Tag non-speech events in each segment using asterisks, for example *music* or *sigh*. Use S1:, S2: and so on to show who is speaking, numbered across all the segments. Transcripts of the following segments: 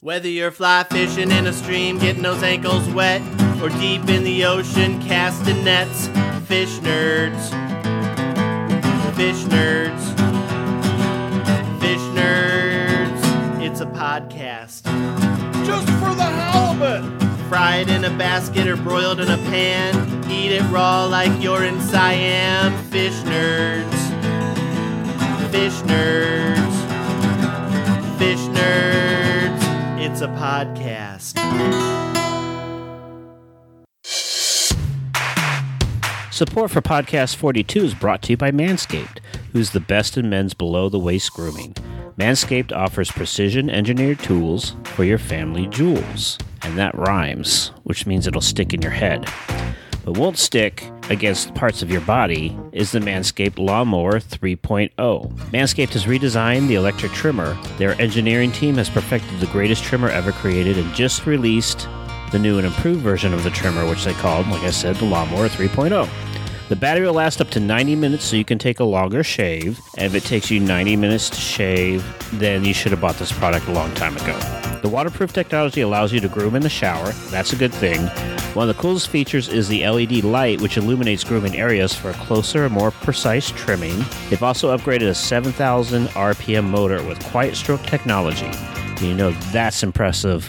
S1: Whether you're fly fishing in a stream, getting those ankles wet, or deep in the ocean casting nets, fish nerds. Fish nerds. Fish nerds. It's a podcast.
S2: Just for the halibut.
S1: Fry it in a basket or broiled in a pan. Eat it raw like you're in Siam. Fish nerds. Fish nerds. Fish nerds. It's a podcast.
S3: Support for Podcast 42 is brought to you by Manscaped, who's the best in men's below the waist grooming. Manscaped offers precision engineered tools for your family jewels. And that rhymes, which means it'll stick in your head. But won't stick against parts of your body is the Manscaped Lawnmower 3.0. Manscaped has redesigned the electric trimmer. Their engineering team has perfected the greatest trimmer ever created and just released the new and improved version of the trimmer, which they called, like I said, the Lawnmower 3.0. The battery will last up to 90 minutes, so you can take a longer shave. And if it takes you 90 minutes to shave, then you should have bought this product a long time ago. The waterproof technology allows you to groom in the shower. That's a good thing. One of the coolest features is the LED light, which illuminates grooming areas for a closer and more precise trimming. They've also upgraded a 7,000 RPM motor with Quiet Stroke technology. You know that's impressive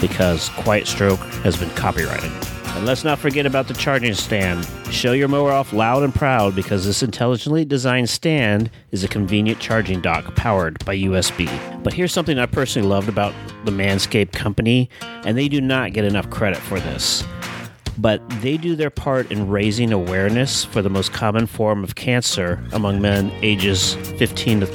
S3: because Quiet Stroke has been copyrighted. And let's not forget about the charging stand. Show your mower off loud and proud because this intelligently designed stand is a convenient charging dock powered by USB. But here's something I personally loved about the Manscaped company, and they do not get enough credit for this but they do their part in raising awareness for the most common form of cancer among men ages 15 to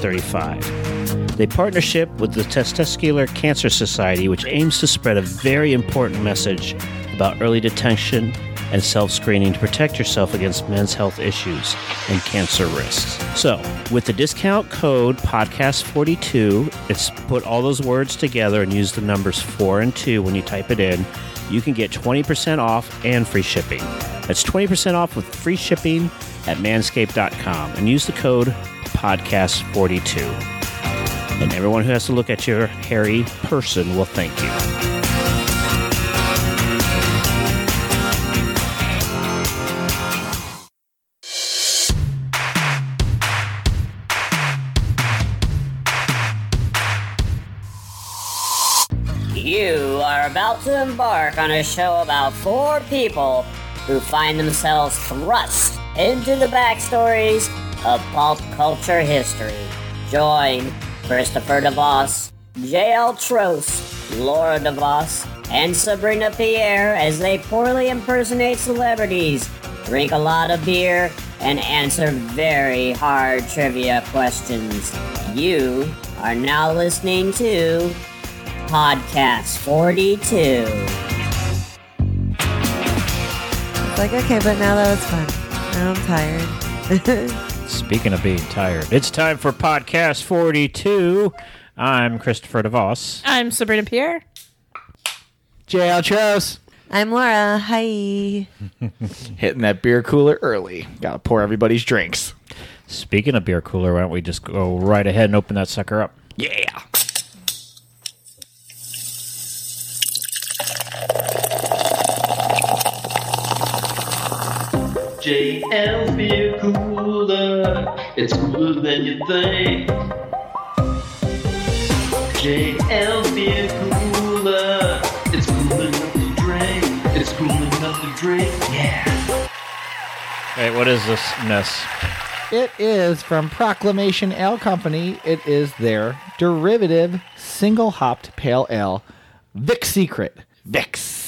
S3: 35. They partnership with the Testicular Cancer Society, which aims to spread a very important message about early detection and self screening to protect yourself against men's health issues and cancer risks. So, with the discount code podcast42, it's put all those words together and use the numbers 4 and 2 when you type it in. You can get 20% off and free shipping. That's 20% off with free shipping at manscaped.com and use the code podcast42. And everyone who has to look at your hairy person will thank you.
S4: You are about to embark on a show about four people who find themselves thrust into the backstories of pulp culture history. Join Christopher DeVos, J.L. Trost, Laura DeVos, and Sabrina Pierre as they poorly impersonate celebrities, drink a lot of beer, and answer very hard trivia questions. You are now listening to Podcast 42.
S5: It's like, okay, but now that was fun. Now I'm tired. *laughs*
S3: Speaking of being tired, it's time for podcast 42. I'm Christopher DeVos.
S6: I'm Sabrina Pierre.
S2: JL Tros.
S5: I'm Laura. Hi.
S2: Hitting that beer cooler early. Gotta pour everybody's drinks.
S3: Speaking of beer cooler, why don't we just go right ahead and open that sucker up?
S2: Yeah.
S7: JL's beer cooler. It's cooler than you think. JL's beer cooler. It's cool enough to drink. It's cool enough to drink. Yeah.
S3: Hey, what is this mess?
S2: It is from Proclamation Ale Company. It is their derivative single hopped pale ale, Vic Secret. Vicks.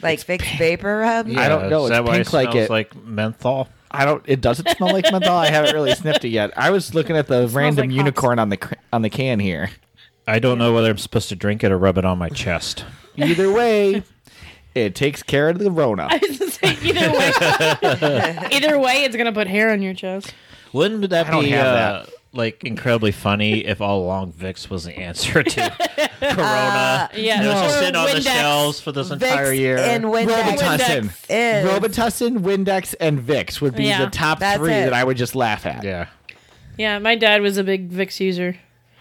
S5: Like Vicks Vapor Rub?
S2: I don't know.
S3: Uh, Is
S2: It's
S3: that why it
S2: pink like
S3: smells
S2: it.
S3: like menthol?
S2: I don't. It doesn't smell like menthol. I haven't really sniffed it yet. I was looking at the random
S6: like hops.
S2: unicorn on the cr- on the can here.
S3: I don't know whether I'm supposed to drink it or rub it on my chest.
S2: Either way, it takes care of the Rona.
S6: either way, either way, it's gonna put hair on your chest.
S3: Wouldn't that
S2: I don't
S3: be
S2: have
S3: uh, like incredibly funny if all along Vicks was the answer *laughs* to Corona?
S6: yeah.
S3: It was just
S6: Or
S3: sitting on the
S6: Windex.
S3: shelves for this entire
S5: Vicks
S3: year.
S5: and Windex.
S2: Robitussin,
S5: Is.
S2: Robitussin, Windex, and Vicks would be
S6: Yeah.
S2: the top
S5: That's
S2: three
S5: it.
S2: that I would just laugh at.
S3: yeah.
S6: Yeah, my dad was a big Vicks user.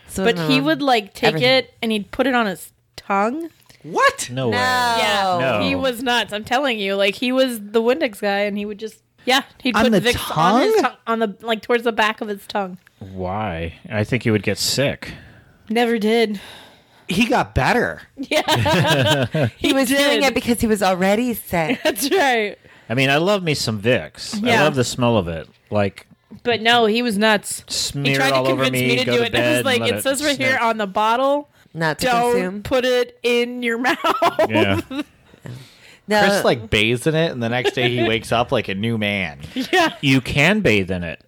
S5: So
S6: but
S5: my
S6: he
S5: mom-
S6: would like take
S5: Uh-huh. everything.
S6: it and he'd put it on his tongue.
S1: What?
S3: No, way.
S5: No.
S3: No.
S6: he was nuts. I'm telling you, like he was the Windex guy, and he would just yeah, he'd
S2: On
S6: put
S2: the
S6: Vicks on his
S2: tongue?
S6: tongue on the like towards the back of his tongue.
S3: Why? I think he would get sick.
S6: Never *laughs* did.
S2: He got better.
S5: He was doing
S6: did.
S5: it because he was already
S6: *laughs*
S5: sick.
S6: That's right.
S3: I mean, I love me some Vicks. I
S6: Yeah.
S3: love the smell of it. Like
S6: But no, he was nuts. He
S3: smear
S6: tried to
S3: all over
S6: convince
S3: me,
S6: me, to
S3: go
S6: do
S3: to
S6: it.
S3: bed.
S6: I was like,
S3: and let
S6: it says right
S3: snip.
S6: *laughs* here on the bottle,
S5: Not to
S6: don't
S5: consume.
S6: put it in your *laughs* mouth.
S3: Yeah.
S5: No,
S2: Chris like bathes in it, and the next day
S5: *laughs*
S2: he wakes up like a new man.
S3: you can bathe in
S6: *laughs*
S3: it.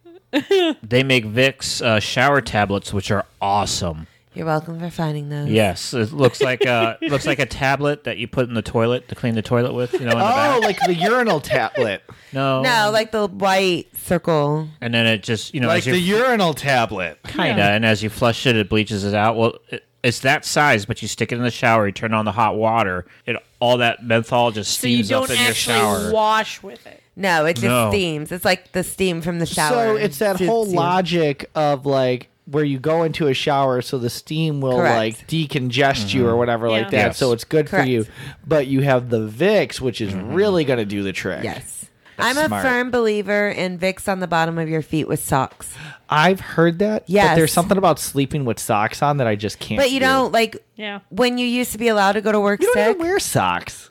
S3: they make Vicks uh, shower tablets, which are awesome.
S5: you're welcome for finding those.
S3: Yes, it looks like uh, looks like a tablet that you put in the toilet to clean the toilet with. You know, in the back.
S2: Oh, like the urinal *laughs* tablet,
S3: No,
S5: No, like the white circle.
S3: and then it just you know
S2: like
S3: as you
S2: the urinal tablet.
S3: kinda, and as you flush it, it bleaches it out. Well, it, it's that size, but you stick it in the shower, you turn on the hot water, it all that menthol just
S6: so you
S3: steams
S6: don't
S3: up in your
S6: actually
S3: shower.
S6: wash with it.
S5: No, it just
S3: No.
S5: steams. It's like the steam from the shower.
S2: So it's that
S5: Suits
S2: whole
S5: you.
S2: logic of like where you go into a shower so the steam will
S5: Correct.
S2: like decongest you or whatever like
S6: Yeah.
S2: that.
S3: Yes.
S2: So it's good
S5: Correct.
S2: for you. But you have the Vicks, which is really gonna do the trick.
S5: Yes.
S2: That's
S5: I'm
S2: smart.
S5: a firm believer in Vicks on the bottom of your feet with socks.
S2: I've heard that. But
S5: Yes.
S2: there's something about sleeping with socks on that I just can't.
S5: But you
S2: do.
S5: don't like
S6: Yeah.
S5: when you used to be allowed to go to work
S2: You don't
S5: sick.
S2: even wear socks.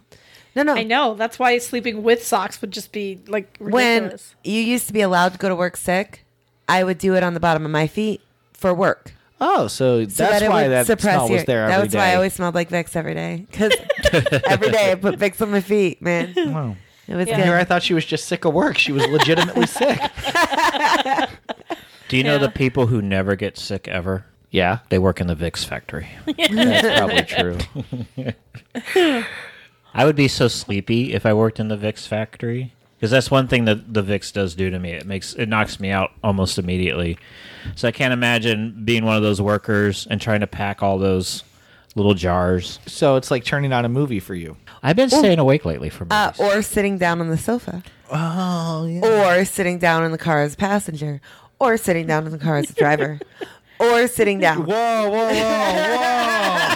S5: no, no.
S6: I know. That's why sleeping with socks would just be like
S5: When
S6: ridiculous.
S5: you used to be allowed to go to work sick, I would do it on the bottom of my feet for work.
S2: Oh, so that's
S5: So that it
S2: why
S5: would
S2: that
S5: suppress
S2: smell
S5: your,
S2: was there.
S5: That
S2: every
S5: was why I
S2: day.
S5: always smelled like Vicks every day. Because *laughs* every day I put Vicks on my feet, man.
S2: *laughs* Wow.
S5: It was
S2: Here I
S5: good.
S2: thought she was just sick of work. She was legitimately
S5: *laughs*
S2: sick.
S3: Do you know
S6: Yeah.
S3: the people who never get sick ever?
S2: *laughs* Yeah,
S3: They work in the Vicks factory.
S2: that's probably true.
S3: I would be so sleepy if I worked in the VIX factory because that's one thing that the VIX does do to me. It makes it knocks me out almost immediately. So I can't imagine being one of those workers and trying to pack all those little jars.
S2: *laughs* So it's like turning on a movie for you.
S3: I've been staying awake lately for
S5: Uh,
S3: movies.
S5: or sitting down on the sofa.
S2: Oh, yeah.
S5: or sitting down in the car as a passenger, or sitting down in the car as a
S2: *laughs*
S5: driver, or sitting down.
S2: Whoa, Oh, whoa,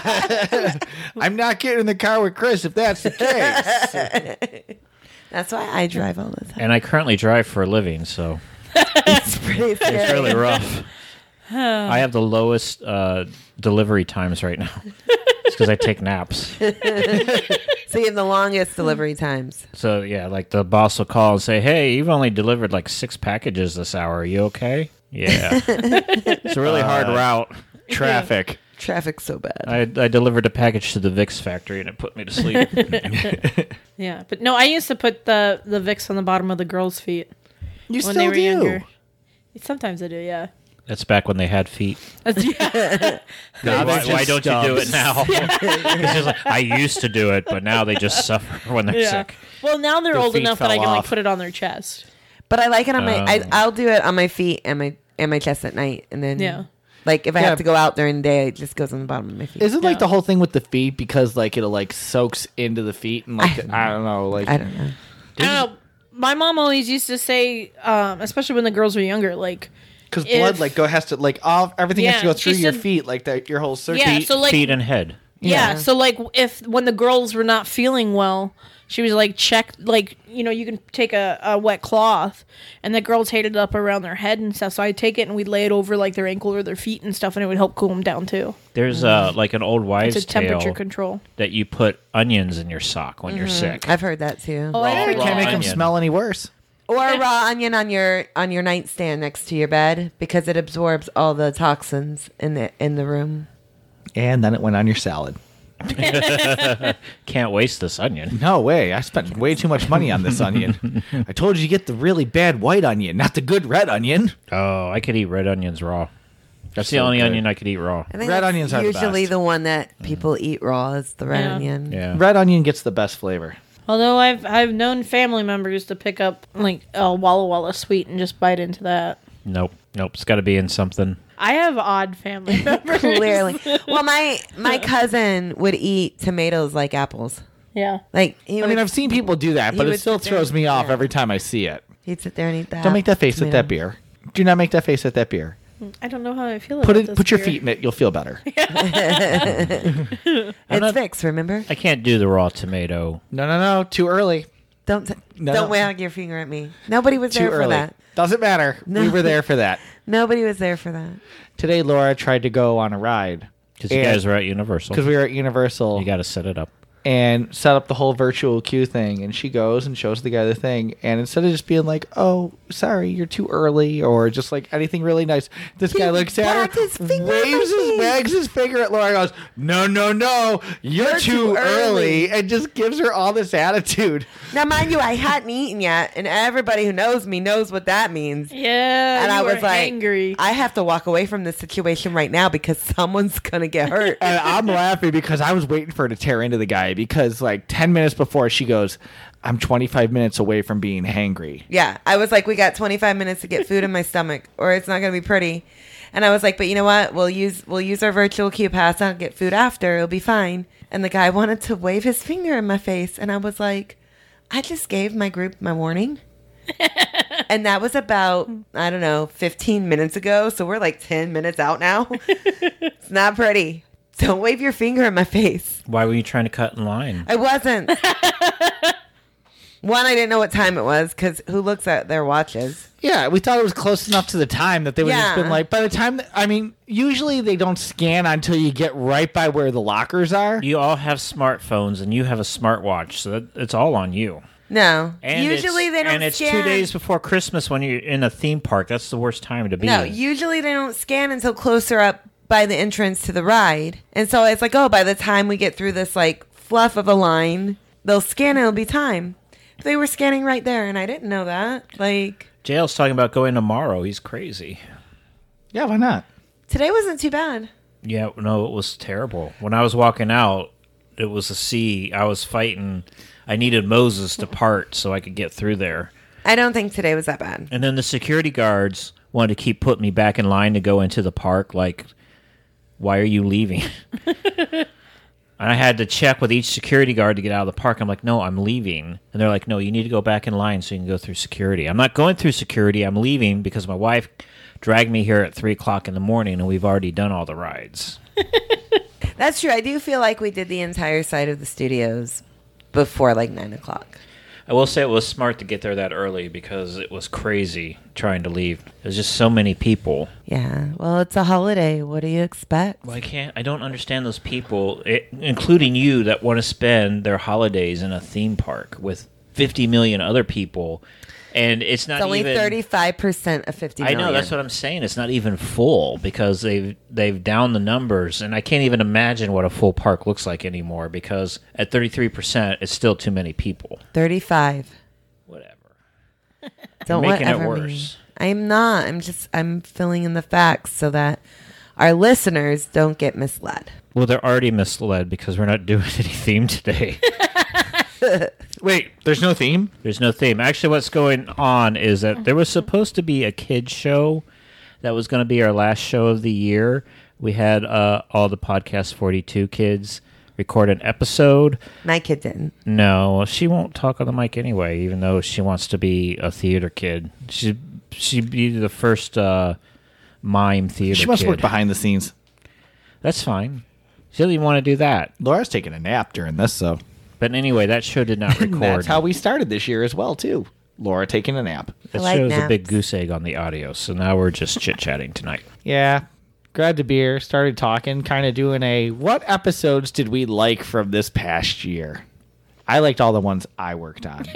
S2: whoa, whoa. *laughs* I'm not getting in the car with Chris if that's the
S5: *laughs*
S2: case.
S5: *laughs* That's why I drive all the time. *laughs*
S3: and I currently drive for a living, so
S5: It's
S2: *laughs*
S5: pretty scary.
S3: it's really rough. I have the lowest uh, delivery times right now. It's because I take
S2: *laughs*
S3: naps.
S5: So you have the longest delivery times.
S3: So yeah, like the boss will call and say, "Hey, you've only delivered like six packages this hour. Are you okay?"
S2: *laughs*
S3: Yeah, it's a really hard
S2: Uh,
S3: route.
S2: Traffic.
S5: Traffic's so bad.
S3: I, I delivered a package to the VIX factory and it put me to
S2: *laughs*
S3: sleep.
S6: yeah. But no, I used to put the the Vicks on the bottom of the girls' feet
S2: You
S6: when they
S2: still
S6: were
S2: do.
S6: younger. Sometimes I do, yeah. *laughs*
S3: That's back when they had feet.
S6: That's- yeah.
S2: Nah,
S3: why
S2: that's
S3: why
S2: just
S3: don't you do it
S2: stubs. *laughs*
S3: now? It's just like, I used to do it, but now they just suffer when they're
S8: *laughs*
S6: Yeah.
S3: sick.
S6: Well, now they're old
S2: feet
S6: enough that I
S2: fell
S6: can like
S2: off.
S6: put it on their chest.
S5: But I like it on my. I,
S3: Um.
S5: I'll do it on my feet and my and my chest at night, and then
S6: Yeah.
S5: Like if I
S2: Yeah.
S5: have to go out during the day, it just goes on the bottom of my feet.
S2: Isn't like the whole thing with the feet because like it like soaks into the feet and like I don't know like
S5: I don't know.
S6: I don't know. Uh, My mom always used to say, um, especially when the girls were younger, like,
S2: because blood
S6: if-
S2: like go has to like all everything has to
S6: Yeah,
S2: go through
S6: she
S2: your
S6: said-
S2: feet like that your whole circuit.
S6: yeah, so like,
S3: feet and head.
S6: yeah.
S5: Yeah.
S6: so like, if when the girls were not feeling well, she was like, check, like, you know, you can take a, a wet cloth, and the girls hated it up around their head and stuff. So I'd take it and we'd lay it over like their ankle or their feet and stuff, and it would help cool them down too.
S3: There's uh, like an old
S6: Mm-hmm. It's
S3: wives'
S6: a temperature
S3: tale
S6: control.
S3: that you put onions in your sock when you're
S6: Mm-hmm.
S3: sick.
S5: I've heard that too.
S6: Oh,
S2: Yeah, it
S3: raw
S2: can't make them
S3: onion.
S2: smell any worse.
S5: Or a raw onion on your on your nightstand next to your bed because it absorbs all the toxins in the in the room.
S2: And then it went on your salad.
S3: Can't waste this onion.
S2: No way. I spent way too much money *laughs* on this onion. I told you to get the really bad white onion, not the good red onion.
S3: Oh, I could eat red onions raw. That's the
S2: So
S3: only
S2: good.
S3: onion I could eat raw.
S5: I think
S2: Red
S5: that's
S2: onions are the
S5: usually
S2: best. Mm.
S5: the one that people eat raw is the red
S6: Yeah.
S5: onion.
S3: Yeah.
S2: Red onion gets the best flavor.
S6: Although I've I've known family members to pick up like a Walla Walla sweet and just bite into that.
S3: Nope. Nope. It's got to be in something.
S6: I have odd family *laughs* members.
S5: Clearly. well, my my cousin would eat tomatoes like apples.
S6: Yeah.
S5: Like he
S2: I
S5: would,
S2: mean, I've seen people do that, but
S5: he
S2: it
S5: would
S2: still
S5: sit there
S2: throws
S5: and
S2: me
S5: eat
S2: off
S5: that.
S2: every time I see it.
S5: he'd sit there and eat that.
S2: Don't make that face at that beer. Do not make that face at that beer.
S6: I don't know how I feel.
S2: Put
S6: about
S2: it.
S6: this
S2: Put your
S6: beer.
S2: feet in it. You'll
S5: *laughs*
S2: feel better.
S5: It's
S8: not-
S5: mixed, remember?
S8: I can't do the raw tomato.
S2: No, no, no. Too early.
S5: Don't t-
S2: No.
S5: don't wag your finger at me. Nobody was
S2: Too
S5: there for
S2: early.
S5: that.
S2: Doesn't matter. We
S5: No.
S2: were there for that.
S5: Nobody was there for that.
S2: Today, Laura tried to go on a ride
S8: Because you
S2: And-
S8: guys were at Universal.
S2: because we were at Universal.
S8: you got to set it up.
S2: and set up the whole virtual queue thing. And she goes and shows the guy the thing. And instead of just being like, "Oh, sorry, you're too early," or just like anything really nice, this guy looks at
S5: wagged
S2: her,
S5: his finger at my
S2: waves his
S5: face.
S2: wags his finger at Laura, and goes, "No, no, no, you're, too,
S5: too
S2: early.
S5: early."
S2: and just gives her all this attitude.
S5: Now, mind you, I hadn't eaten yet, and everybody who knows me knows what that means.
S6: Yeah,
S5: and
S6: you
S5: I
S6: were
S5: was like,
S6: angry.
S5: I have to walk away from this situation right now because someone's gonna get hurt.
S2: *laughs* And I'm laughing because I was waiting for her to tear into the guy because like ten minutes before she goes, "I'm 25 minutes away from being hangry."
S5: yeah, I was like, we got 25 minutes to get food in my stomach, or it's not gonna be pretty. And I was like, but you know what? We'll use we'll use our virtual queue pass. I'll get food after. It'll be fine. And the guy *laughs* wanted to wave his finger in my face, and I was like, I just gave my group my warning. and that was about I don't know 15 minutes ago. So we're like 10 minutes out now. it's not pretty. Don't wave your finger in my face.
S8: Why were you trying to cut in line?
S5: I wasn't. One, I didn't know what time it was because who looks at their watches?
S2: Yeah, we thought it was close enough to the time that they would have
S5: Yeah.
S2: been like, by the time, that, I mean, usually they don't scan until you get right by where the lockers are.
S8: You all have smartphones and you have a smartwatch, so that, it's all on you.
S5: No.
S8: And it's-
S5: usually they don't
S8: And it's
S5: scan.
S8: two days before Christmas when you're in a theme park. That's the worst time to be.
S5: No,
S8: in.
S5: usually they don't scan until closer up by the entrance to the ride. And so it's like, oh, by the time we get through this like fluff of a line, they'll scan and it'll be time. They were scanning right there and I didn't know that. Like,
S8: JL's talking about going tomorrow. He's crazy.
S2: Yeah, why not?
S5: today wasn't too bad.
S8: Yeah, no, it was terrible. When I was walking out, it was a sea. I was fighting. I needed Moses to part so I could get through there.
S5: I don't think today was that bad.
S8: And then the security guards wanted to keep putting me back in line to go into the park. Like, why are you leaving? *laughs* and I had to check with each security guard to get out of the park. I'm like, no, I'm leaving. And they're like, no, you need to go back in line so you can go through security. I'm not going through security. I'm leaving because my wife dragged me here at three o'clock in the morning and we've already done all the rides.
S5: That's true. I do feel like we did the entire side of the studios before like nine o'clock.
S8: I will say it was smart to get there that early because it was crazy trying to leave. There's just so many people.
S5: Yeah. Well, it's a holiday. What do you expect?
S8: Well, I can't. I don't understand those people, i including you, that want to spend their holidays in a theme park with 50 million other people, and it's not
S5: it's only
S8: even.
S5: thirty-five percent of fifty.
S8: I know that's what I'm saying. It's not even full because they've they've downed the numbers, and I can't even imagine what a full park looks like anymore. Because at 33 percent, it's still too many people.
S5: thirty-five.
S8: Whatever.
S5: *laughs* Don't
S8: making it
S5: whatever
S8: worse.
S5: Me. I'm not. I'm just. I'm filling in the facts so that our listeners don't get misled.
S8: Well, they're already misled because we're not *laughs* doing any
S5: *laughs*
S8: theme today.
S2: Wait, there's no theme?
S8: There's no theme. Actually, what's going on is that there was
S5: Mm-hmm.
S8: supposed to be a kids show that was going to be our last show of the year. We had uh, all the podcast 42 kids record an episode.
S5: My kid didn't.
S8: No, she won't talk on the mic anyway, even though she wants to be a theater kid. She she'd be the first uh, mime theater.
S2: She must
S8: kid.
S2: work behind the scenes.
S8: That's fine. She doesn't even want to do that.
S2: Laura's taking a nap during this, so.
S8: But anyway, that show did not
S2: *laughs*
S8: record.
S2: That's how we started this year as well, too. Laura taking a nap.
S8: That
S5: I like
S8: shows a
S5: naps.
S8: big goose egg on the audio. So now
S2: *laughs*
S8: we're just chit chatting tonight.
S2: Yeah. Grabbed a beer, started talking, kind of doing a what episodes did we like from this past year? I liked all the ones I worked on.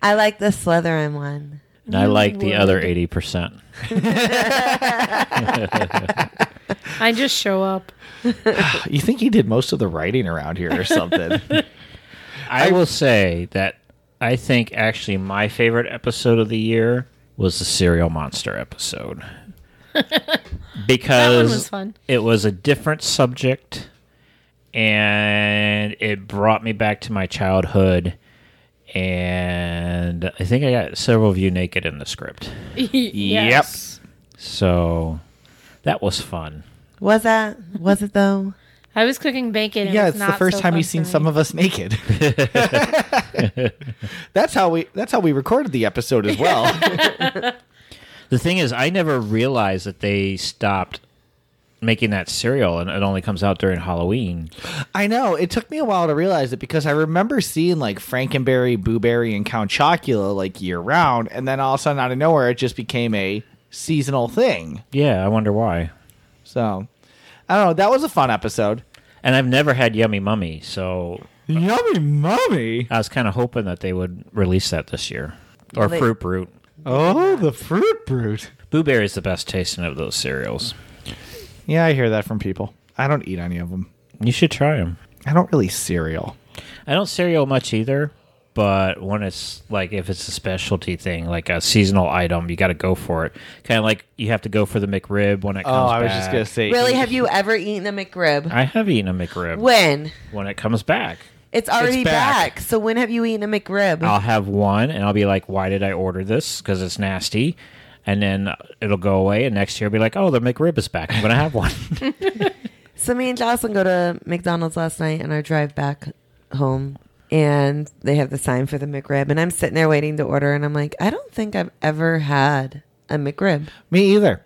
S5: I like the Slytherin one.
S8: And I like the other 80%.
S6: I just show up.
S2: *laughs* you think he did most of the writing around here or *laughs* something?
S8: I will say that I think actually my favorite episode of the year was the Serial Monster
S6: *laughs*
S8: episode. because
S6: That one was fun.
S8: it was a different subject and it brought me back to my childhood. And I think I got several of you naked in the script.
S6: *laughs* yes.
S8: So that was fun.
S5: Was that? Was it
S8: *laughs*
S5: though?
S6: I was cooking bacon. and
S2: yeah,
S6: it was
S2: it's the
S6: not
S2: first
S6: so
S2: time
S6: fun
S2: you've seen
S6: for me.
S2: some of us naked. *laughs*
S6: *laughs*
S2: that's how we that's how we recorded the episode as well.
S8: The thing is, I never realized that they stopped making that cereal, and it only comes out during Halloween.
S2: I know. It took me a while to realize it because I remember seeing like Frankenberry, Booberry, and Count Chocula like year round, and then all of a sudden out of nowhere it just became a seasonal thing.
S8: Yeah, I wonder why.
S2: So I don't know. That was a fun episode.
S8: And I've never had Yummy Mummy, so
S2: Yummy mummy.
S8: I was kind of hoping that they would release that this year, or
S5: They-
S8: Fruit Brute.
S2: Oh, the fruit brute.
S8: Boo Berry is the best tasting of those cereals.
S2: Yeah, I hear that from people. I don't eat any of them.
S8: You should try them.
S2: I don't really cereal.
S8: I don't cereal much either, but when it's like if it's a specialty thing, like a seasonal item, you got to go for it. Kind of like you have to go for the McRib when it
S2: Oh,
S8: comes.
S2: I was just
S8: back.
S2: gonna say.
S5: Really, have you ever eaten a McRib?
S8: I have eaten a McRib
S5: When?
S8: when it comes back.
S5: It's already
S2: back.
S5: back. So when have you eaten a McRib?
S8: I'll have one and I'll be like, "Why did I order this? Because it's nasty." And then it'll go away, and next year I'll be like, "Oh, the McRib is back. I'm gonna have one." *laughs*
S5: So me and Jocelyn go to McDonald's last night on our drive back home, and they have the sign for the McRib, and I'm sitting there waiting to order, and I'm like, I don't think I've ever had a McRib.
S2: me either?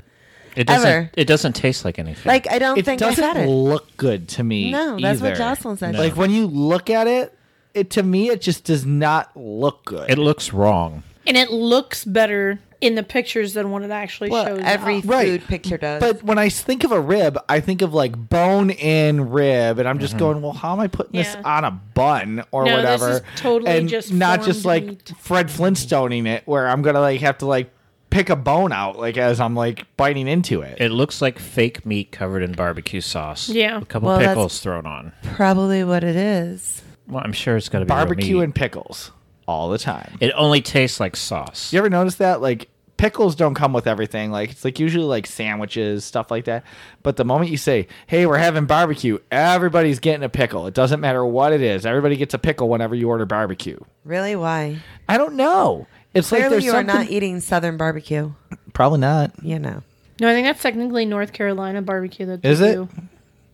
S8: It doesn't.
S5: Ever.
S8: It doesn't taste like anything.
S5: Like I don't
S2: It
S5: think I've had
S2: doesn't
S5: it.
S2: look good to me.
S5: no, that's what
S2: either.
S5: Jocelyn said.
S2: Like when you look at it, it to me it just does not look good.
S8: it looks wrong.
S6: and it looks better in the pictures than when it actually
S5: well,
S6: shows.
S5: every
S6: up.
S5: food
S2: Right.
S5: picture does.
S2: But when I think of a rib, I think of like bone in rib, and I'm just going, well, how am I putting this
S6: Yeah.
S2: on a bun or
S6: No, this
S2: whatever?
S6: is totally
S2: and
S6: just
S2: not just like
S6: formed meat.
S2: Fred Flintstoning it, where I'm gonna like have to like pick a bone out like as I'm like biting into it.
S8: It looks like fake meat covered in barbecue sauce.
S6: Yeah.
S8: a couple
S5: Well, that's-
S8: pickles thrown on.
S5: probably what it is.
S8: Well, I'm sure it's got to be real
S2: Barbecue
S8: meat.
S2: and pickles all the time.
S8: It only tastes like sauce.
S2: You ever notice that like? Pickles don't come with everything. Like it's like usually like sandwiches, stuff like that. But the moment you say, "Hey, we're having barbecue," everybody's getting a pickle. It doesn't matter what it is. Everybody gets a pickle whenever you order barbecue.
S5: Really, why?
S2: I don't know. It's like
S5: Clearly,
S2: there's
S5: you are
S2: something.
S5: not e- eating Southern barbecue.
S2: Probably not.
S5: You know
S6: no, I think that's technically North Carolina barbecue. That they
S2: Is it?
S6: do.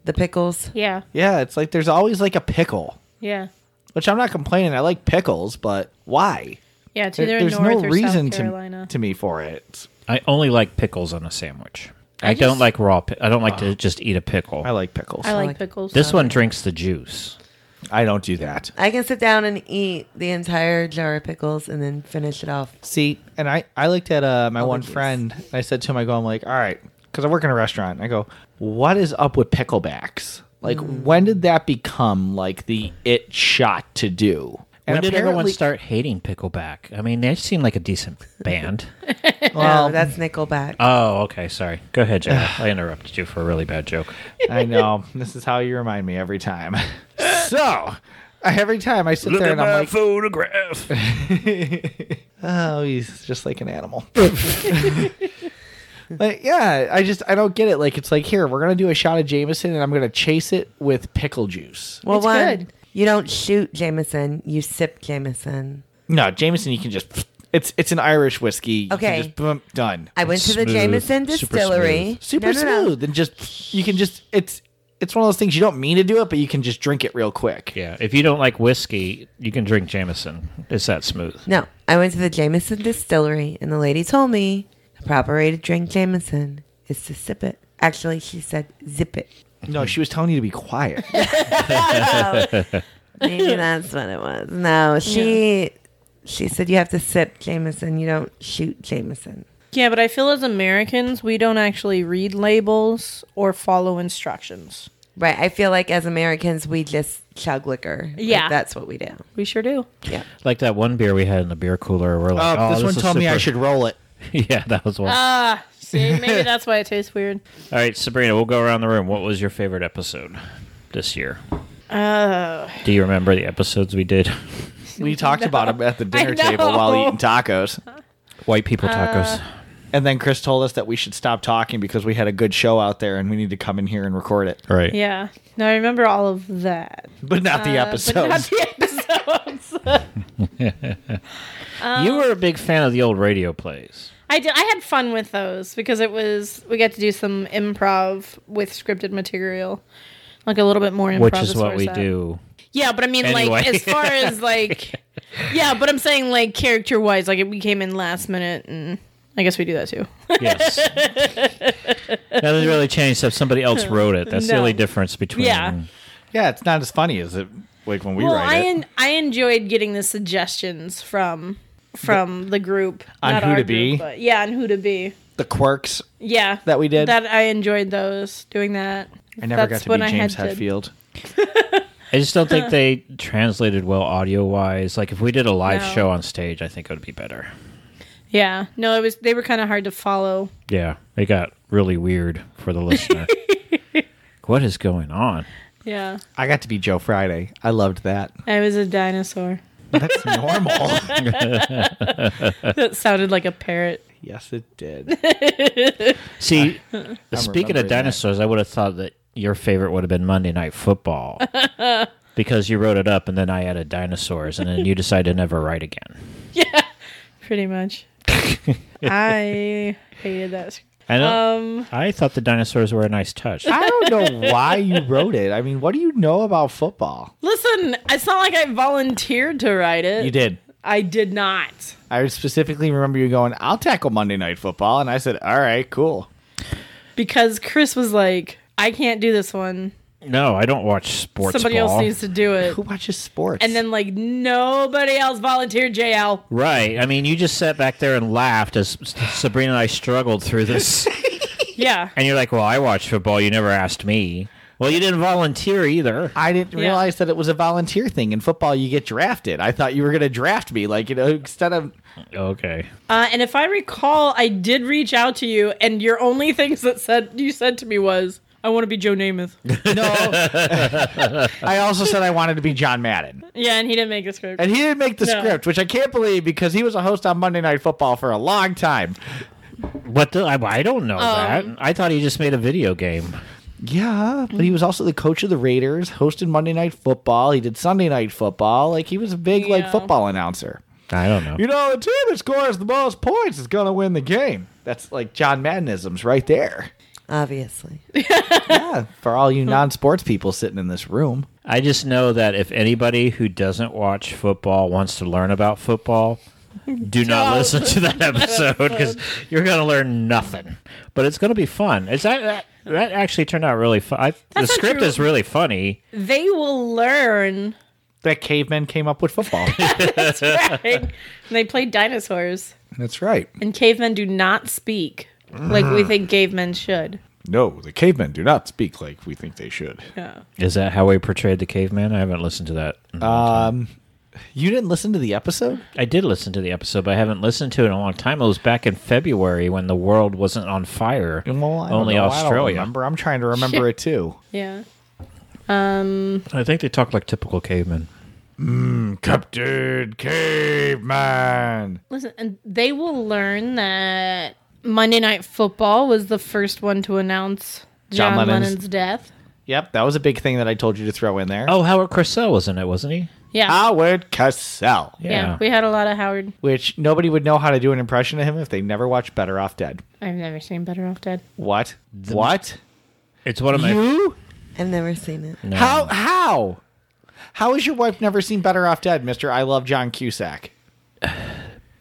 S5: the pickles.
S6: Yeah,
S2: Yeah, it's like there's always like a pickle,
S6: yeah,
S2: which I'm not complaining. I like pickles, but why?
S6: yeah. It's
S2: There-
S6: either
S2: there's
S6: North
S2: no
S6: or
S2: reason
S6: South
S2: to,
S6: Carolina.
S2: to me for it.
S8: I only like pickles on a sandwich. I,
S6: I
S8: don't
S6: just-
S8: like raw. Pi- I don't like to just eat a pickle.
S2: I like pickles.
S6: I
S2: I,
S6: like pickles.
S8: this one drinks the juice.
S2: don't do that.
S5: I can sit down and eat the entire jar of pickles and then finish it off.
S2: See, and I I looked at uh, my one
S5: geez.
S2: friend. And I said to him, I go, I'm like, all right, because I work in a restaurant. And I go, what is up with picklebacks? Like,
S8: Mm.
S2: when did that become like the it shot to do? And
S8: when did everyone
S2: apparently-
S8: start hating pickleback? I mean, they seem like a decent band.
S5: Well, no, that's Nickelback.
S8: oh, okay. Sorry. Go ahead, Jeff. I interrupted you for a really bad joke.
S2: I know. *laughs* This is how you remind me every time. *laughs* So every time I sit there and I'm like,
S8: photograph.
S2: *laughs* oh, he's just like an animal. *laughs* like, yeah, I just I don't get it. Like, it's like here we're gonna do a shot of Jameson and I'm gonna chase it with pickle juice.
S5: Well,
S6: It's
S5: one,
S6: good.
S5: you don't shoot Jameson, you sip Jameson.
S2: No, Jameson, you can just. It's it's an Irish whiskey. You can
S5: Okay.
S2: just boom, done.
S5: I went to the
S8: Smooth,
S5: Jameson
S8: super
S5: distillery.
S2: Super
S5: No, no, no.
S2: smooth and just you can just it's it's one of those things you don't mean to do it, but you can just drink it real quick.
S8: Yeah. If you don't like whiskey, you can drink Jameson. It's that smooth.
S5: No, I went to the Jameson distillery, and the lady told me the proper way to drink Jameson is to sip it. Actually, she said zip
S6: *laughs*
S5: it.
S2: No, she was telling you to be quiet.
S5: Maybe that's what it was. No, she she said you have to sip Jameson. You don't shoot Jameson.
S6: Yeah, but I feel as Americans, we don't actually read labels or follow instructions.
S5: Right. I feel like as Americans, we just chug liquor. Like,
S6: Yeah.
S5: that's what we do.
S6: We sure do.
S8: Like that one beer we had in the beer cooler. We're like,
S2: Uh,
S8: oh,
S2: this one
S8: is
S2: told me I
S8: super-"
S2: should roll
S6: *laughs*
S2: it.
S8: *laughs* yeah, that was one.
S6: Ah, see, maybe that's why it tastes *laughs* weird.
S8: All right, Sabrina, we'll go around the room. What was your favorite episode this year?
S6: Oh,
S8: Do you remember the episodes we did?
S2: We talked about him at the dinner
S6: know.
S2: table while eating tacos.
S8: *laughs*
S6: *laughs*
S8: White people tacos.
S6: Uh,
S2: And then Chris told us that we should stop talking because we had a good show out there and we need to come in here and record it. *laughs*
S8: right.
S6: yeah. Now I remember all of that.
S2: But not the
S6: Uh, But not
S2: episodes.
S6: the episodes. *laughs*
S8: you were a big fan of the old radio plays.
S6: I did. I had fun with those because it was we got to do some improv with scripted material, like a little bit more improv.
S8: Which is
S6: as far
S8: what
S6: as
S8: we
S6: that.
S8: do.
S6: *laughs* Yeah, but I mean,
S8: Anyway.
S6: like
S2: *laughs*
S6: as far as like, yeah, but I'm saying like character wise, like we came in last minute and I guess we do that too.
S8: Yes. Nothing's really changed except somebody else wrote it. That's the
S6: No.
S8: only difference between.
S6: Yeah.
S2: Yeah, it's not as funny as it like when we
S6: well, I
S2: write it.
S6: en- I enjoyed getting the suggestions from from the, group
S2: On
S6: not
S2: who
S6: our
S2: to be?
S6: group, but yeah, on who to be.
S2: the quirks.
S6: Yeah,
S2: That we did?
S6: That I enjoyed those doing that.
S2: I never
S6: That's
S2: got to
S6: when
S2: be
S6: I
S2: James
S6: had to-
S2: Hetfield.
S8: I just
S6: *laughs*
S8: don't think they translated well audio wise. Like if we did a live
S6: No.
S8: show on stage, I think it would be better.
S6: Yeah, no, it was they were kind of hard to follow.
S8: Yeah, it got really weird for
S6: *laughs*
S8: the listener. what is going on?
S6: Yeah,
S2: I got to be Joe Friday. I loved
S6: *laughs*
S2: that.
S6: I was a dinosaur.
S2: That's normal.
S6: *laughs* That sounded like a parrot.
S2: yes, it did.
S8: See, *laughs* speaking
S2: remembering
S8: of
S2: that.
S8: dinosaurs, I would have thought that your favorite would have been Monday Night Football
S6: *laughs*
S8: because you wrote it up and then I added dinosaurs and then you decided to never write again.
S2: *laughs*
S6: Pretty much. I hated that. sc-
S8: I know. I thought the dinosaurs were a nice touch.
S2: I don't know why you wrote it. I mean, what do you know about football?
S6: Listen, it's not like I volunteered to write it.
S2: You did.
S6: I did not.
S2: I specifically remember you going, I'll tackle Monday Night Football. And I said, All right, cool.
S6: Because Chris was like, I can't do this one.
S8: No, I don't watch sports.
S6: Somebody
S8: ball.
S6: else needs to do it.
S2: Who watches sports?
S6: And then like nobody else volunteered JL.
S8: Right. I mean, you just sat back there and laughed as Sabrina and I struggled
S6: *laughs*
S8: through this.
S6: Yeah.
S8: and you're like, well, I watch football. You never asked me. Well, you didn't volunteer either.
S2: I didn't
S6: Yeah.
S2: realize that it was a volunteer thing. In football, you get drafted. I thought you were going to draft me. Like, you know, instead of.
S8: Okay.
S6: Uh, and if I recall, I did reach out to you, and your only things that said you said to me was, "I want to be
S2: *laughs*
S6: Joe Namath."
S2: No. I also said I wanted to be John Madden.
S6: yeah, and he didn't make the script.
S2: And he didn't make the
S6: No.
S2: script, which I can't believe because he was a host on Monday Night Football for a long time.
S8: What the? I, I don't
S6: Um,
S8: know that. I thought he just made a video game.
S2: Yeah, but he was also the coach of the Raiders, hosted Monday Night Football. He did Sunday Night Football. Like, he was a big, like,
S6: Yeah.
S2: football announcer.
S8: I don't know.
S2: You know, the team that scores the most points is going to win the game. That's like John Maddenisms right there.
S5: Obviously.
S2: Yeah, for all you non sports people sitting in this room.
S8: I just know that if anybody who doesn't watch football wants to learn about football, do not
S6: Don't.
S8: listen
S6: *laughs*
S8: to that episode because you're going to learn nothing. But it's going to be fun. It's that, that, that actually turned out really fun. I, the
S6: That's not
S8: script
S6: true.
S8: is really funny.
S6: they will learn.
S2: That cavemen came up with football.
S6: Right? and they play dinosaurs,
S2: *laughs* That's right.
S6: and cavemen do not speak like we think cavemen should.
S2: No, the cavemen do not speak like we think they should.
S8: Is that how we portrayed the caveman? I haven't listened to that. in a long time.
S2: You didn't listen to the episode?
S8: I did listen to the episode, but I haven't listened to it in a long time. It was back in February when the world wasn't on fire.
S2: Well, I don't
S8: only
S2: know. I don't
S8: Australia.
S2: remember. I'm trying to remember it too.
S6: Yeah. Um.
S8: I think they talk like typical cavemen.
S2: *laughs* Captain Caveman.
S6: Listen, and they will learn that Monday Night Football was the first one to announce
S2: John
S6: John,
S2: Lennon's-
S6: Lennon's, death.
S2: Yep, that was a big thing that I told you to throw in there.
S8: Oh, Howard Cosell was in it, wasn't he?
S6: Yeah.
S2: Howard Cassell.
S6: yeah. We had a lot of Howard.
S2: Which nobody would know how to do an impression of him if they never watched Better Off Dead.
S6: I've never seen Better Off Dead.
S2: What? what?
S8: It's one of my.
S2: You?
S5: I've never seen it.
S8: No.
S2: How? How? How has your wife never seen Better Off Dead, Mister? I love John Cusack.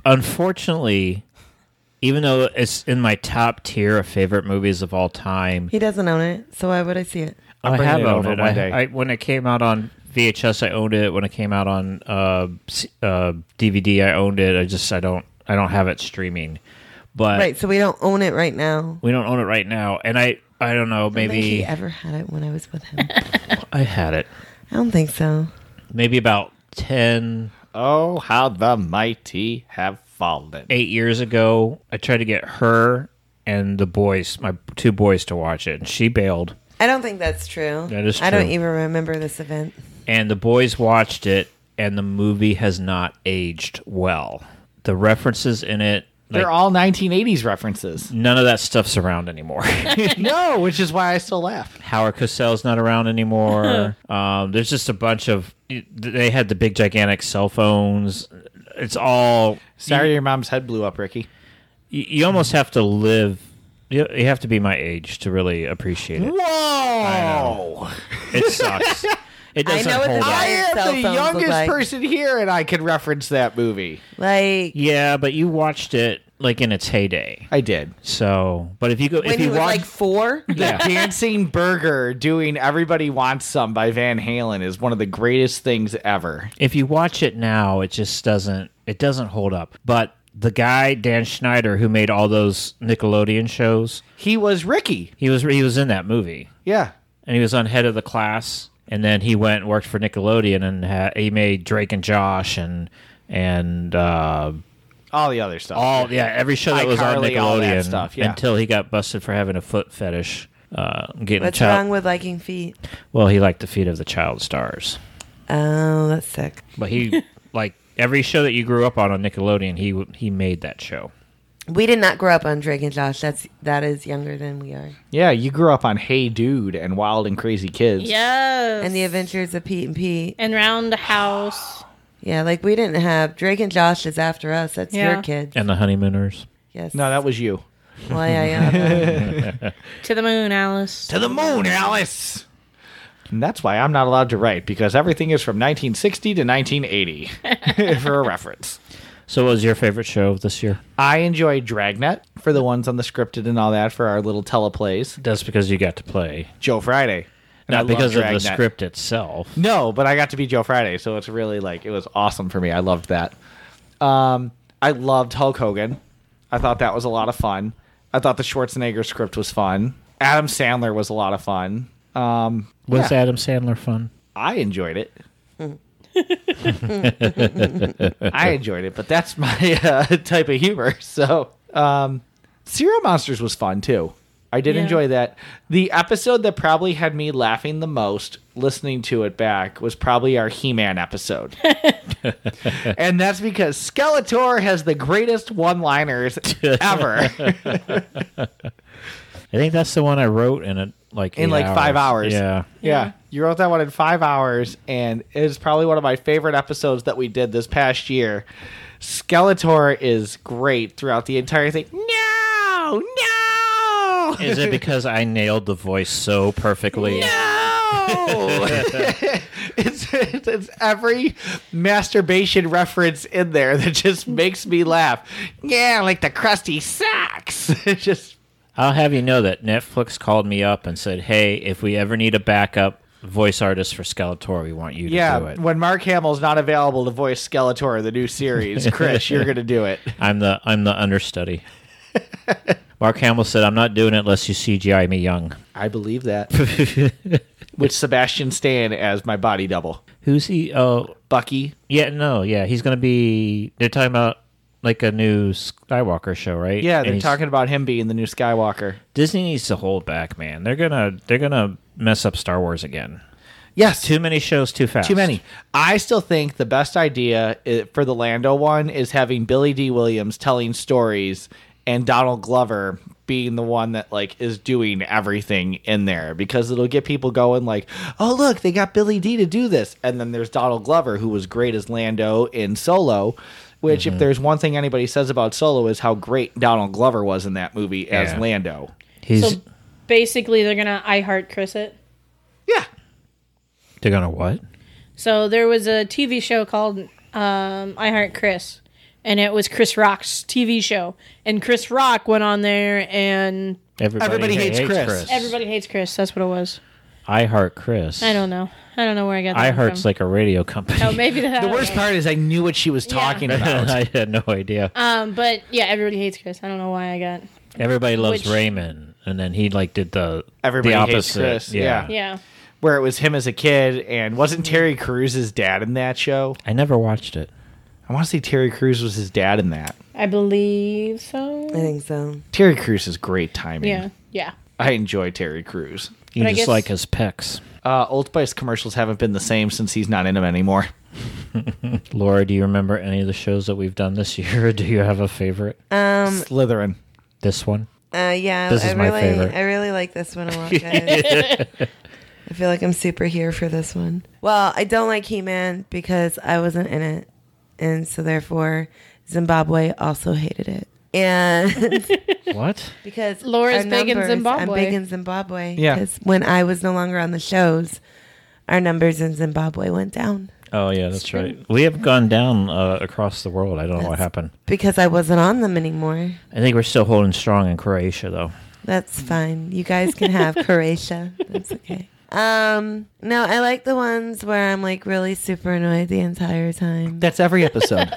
S8: Unfortunately, even though it's in my top tier of favorite movies of all time,
S5: He doesn't own it, so why would I see it?
S8: I
S2: bringing
S8: have
S2: it
S8: owned
S2: over
S8: it.
S2: one
S8: I-
S2: day.
S8: I- when it came out on VHS, I owned it. When it came out on uh, C- uh, DVD, I owned it. I just I don't I don't have it streaming, but
S5: Right, so we don't own it right now.
S8: we don't own it right now. And I I don't know.
S5: I don't think he
S8: Maybe
S5: ever had it when I was with him.
S8: I had it.
S5: I don't think so.
S8: Maybe about 10,
S2: Oh, how the mighty have fallen.
S8: eight years ago, I tried to get her and the boys, my two boys, to watch it, and she bailed.
S5: I don't think that's true.
S8: That is
S5: I don't
S8: true.
S5: even remember this event.
S8: and the boys watched it and the movie has not aged well the references in it like,
S2: They're all 1980s references.
S8: none of that stuff's around anymore
S2: *laughs*
S8: *laughs*
S2: no, which is why I still laugh.
S8: howard cosell's not around anymore um, there's just a bunch of they had the big gigantic cell phones it's all
S2: Sorry, your mom's head blew up, Ricky.
S8: you, you almost have to live you you have to be my age to really appreciate it.
S2: Whoa!
S5: *laughs*
S8: It sucks. It
S5: I
S8: doesn't
S5: know what
S8: hold
S5: the-
S8: up.
S2: I
S5: Your cell
S2: am the
S5: phones look
S2: youngest
S5: like-
S2: person here, and I can reference that movie.
S5: Like,
S8: Yeah, but you watched it like in its heyday.
S2: I did.
S8: So, but if you go,
S5: When
S8: if
S5: he
S8: you
S5: was
S8: watch,
S5: like four,
S2: The dancing burger doing "Everybody Wants Some" by Van Halen is one of the greatest things ever.
S8: if you watch it now, it just doesn't it doesn't hold up. But the guy Dan Schneider who made all those Nickelodeon shows,
S2: He was Ricky.
S8: he was he was in that movie,
S2: Yeah,
S8: and he was on head of the class. And then he went and worked for Nickelodeon, and ha- he made Drake and Josh and and uh,
S2: all the other stuff.
S8: all yeah every show that was on
S2: iCarly, all that
S8: Nickelodeon
S2: stuff, yeah.
S8: until he got busted for having a foot fetish. Uh, getting
S5: what's
S8: child.
S5: wrong with liking feet?
S8: Well, he liked the feet of the child stars.
S5: Oh, that's sick.
S2: *laughs*
S8: But he like every show that you grew up on on Nickelodeon, he w- he made that show.
S5: We did not grow up on Drake and Josh. That's that is younger than we are.
S2: Yeah, you grew up on Hey Dude and Wild and Crazy Kids.
S6: Yes.
S5: And the Adventures of Pete and Pete.
S6: and Roundhouse.
S5: Yeah, like we didn't have Drake and Josh is after us. That's
S6: Yeah.
S5: your kid.
S8: And the honeymooners.
S5: Yes.
S2: No, that was you.
S5: Well, yeah, yeah. that-
S6: To the moon, Alice.
S2: To the moon, Alice. And that's why I'm not allowed to write because everything is from 1960 to 1980 for a reference.
S8: So what was your favorite show this year?
S2: I enjoy Dragnet for the ones on the scripted and all that for our little teleplays.
S8: That's because you got to play.
S2: Joe Friday. And I
S8: Not
S2: love
S8: because of the
S2: Dragnet.
S8: script itself.
S2: No, but I got to be Joe Friday, so it's really like it was awesome for me. I loved that. Um, I loved Hulk Hogan. I thought that was a lot of fun. I thought the Schwarzenegger script was fun. Adam Sandler was a lot of fun. Um,
S8: Was
S2: yeah,
S8: Adam Sandler fun?
S2: I enjoyed it. I enjoyed it, but that's my *laughs* uh, type of humor. So, um, Serial Monsters was fun too. I did
S6: Yeah.
S2: enjoy that. The episode that probably had me laughing the most, listening to it back, was probably our He Man episode. and that's because Skeletor has the greatest one liners ever
S8: I think that's the one I wrote in a, like
S2: in like
S8: eight
S2: five hours. *laughs*
S8: Yeah.
S2: Yeah. You wrote that one in five hours, and it is probably one of my favorite episodes that we did this past year. Skeletor is great throughout the entire thing. No, no,
S8: Is it
S2: *laughs*
S8: because I nailed the voice so perfectly? *laughs*
S2: no. it's, it's, it's every masturbation reference in there that just makes me laugh. Yeah, like the crusty socks. *laughs* It's just
S8: I'll have you know that Netflix called me up and said, "Hey, if we ever need a backup voice artist for Skeletor, we want you to do
S2: yeah.
S8: it."
S2: When Mark Hamill's not available to voice Skeletor in the new series,
S8: *laughs*
S2: Chris, you're gonna do it.
S8: I'm the I'm the understudy. *laughs* Mark Hamill said, "I'm not doing it unless you CGI me young."
S2: I believe that. *laughs* With Sebastian Stan as my body double.
S8: Who's he? Oh,
S2: Bucky.
S8: yeah, no, yeah, he's gonna be. They're talking about like a new Skywalker show, right?
S2: Yeah,
S8: And
S2: they're
S8: he's-
S2: talking about him being the new Skywalker.
S8: Disney needs to hold back, man. They're gonna they're gonna mess up Star Wars again.
S2: Yes,
S8: Too many shows, too fast.
S2: Too many. I still think the best idea i- for the Lando one is having Billy D. Williams telling stories and Donald Glover being the one that like is doing everything in there because it'll get people going like, "Oh, look, they got Billy D to do this." And then there's Donald Glover who was great as Lando in Solo, which if there's one thing anybody says about Solo is how great Donald Glover was in that movie as
S8: Yeah.
S2: Lando.
S8: He's
S6: So basically, they're gonna I heart Chris it.
S2: Yeah.
S8: they're gonna what?
S6: So there was a TV show called um, I Heart Chris, and it was Chris Rock's TV show. And Chris Rock went on there, and
S8: Everybody,
S2: Everybody
S8: ha-
S2: hates Chris.
S6: everybody hates Chris. That's what it was.
S8: I heart Chris.
S6: I don't know. I don't know where I got that.
S8: I
S6: one
S8: heart's
S6: from.
S8: like a radio company.
S6: oh
S8: *laughs*
S6: maybe that.
S2: The worst part is I knew what she was talking *laughs* about.
S8: I had no idea.
S6: Um, but yeah, everybody hates Chris. I don't know why I got.
S8: Everybody loves
S6: Which-
S8: Raymond, and then he like did the
S2: Everybody
S8: the
S2: hates
S8: opposite.
S2: Chris, yeah.
S6: Yeah,
S2: where it was him as a kid and wasn't Terry Crews' dad in that show?
S8: I never watched it.
S2: I want to say Terry Crews was his dad in that.
S6: I believe
S5: I
S6: so.
S5: think so.
S2: Terry Crews is great timing.
S6: Yeah, yeah.
S2: I enjoy Terry Crews.
S8: You
S6: But I
S8: just
S6: guess-
S8: like his pecs.
S2: Uh, Old Spice commercials haven't been the same since he's not in them anymore.
S8: Laura, do you remember any of the shows that we've done this *laughs* year? Or do you have a favorite?
S5: Um.
S2: Slytherin.
S8: this one.
S5: Uh. Yeah.
S8: This
S5: I
S8: is my
S5: really,
S8: favorite.
S5: I really like this one a
S8: *laughs*
S5: lot, guys. I feel like I'm super here for this one. Well, I don't like He Man because I wasn't in it, and so therefore Zimbabwe also hated it.
S6: *laughs*
S5: And
S8: What?
S5: because
S6: Laura's
S5: our
S6: big in Zimbabwe.
S5: I'm big in Zimbabwe.
S2: Yeah.
S5: Because when I was no longer on the shows, our numbers in Zimbabwe went down.
S8: Oh yeah, that's right. We have gone down uh, across the world. I don't know what happened.
S5: because I wasn't on them anymore.
S8: I think we're still holding strong in Croatia though.
S5: That's fine. You guys can have Croatia. That's okay. Um, no, I like the ones where I'm like really super annoyed the entire time.
S2: That's every episode.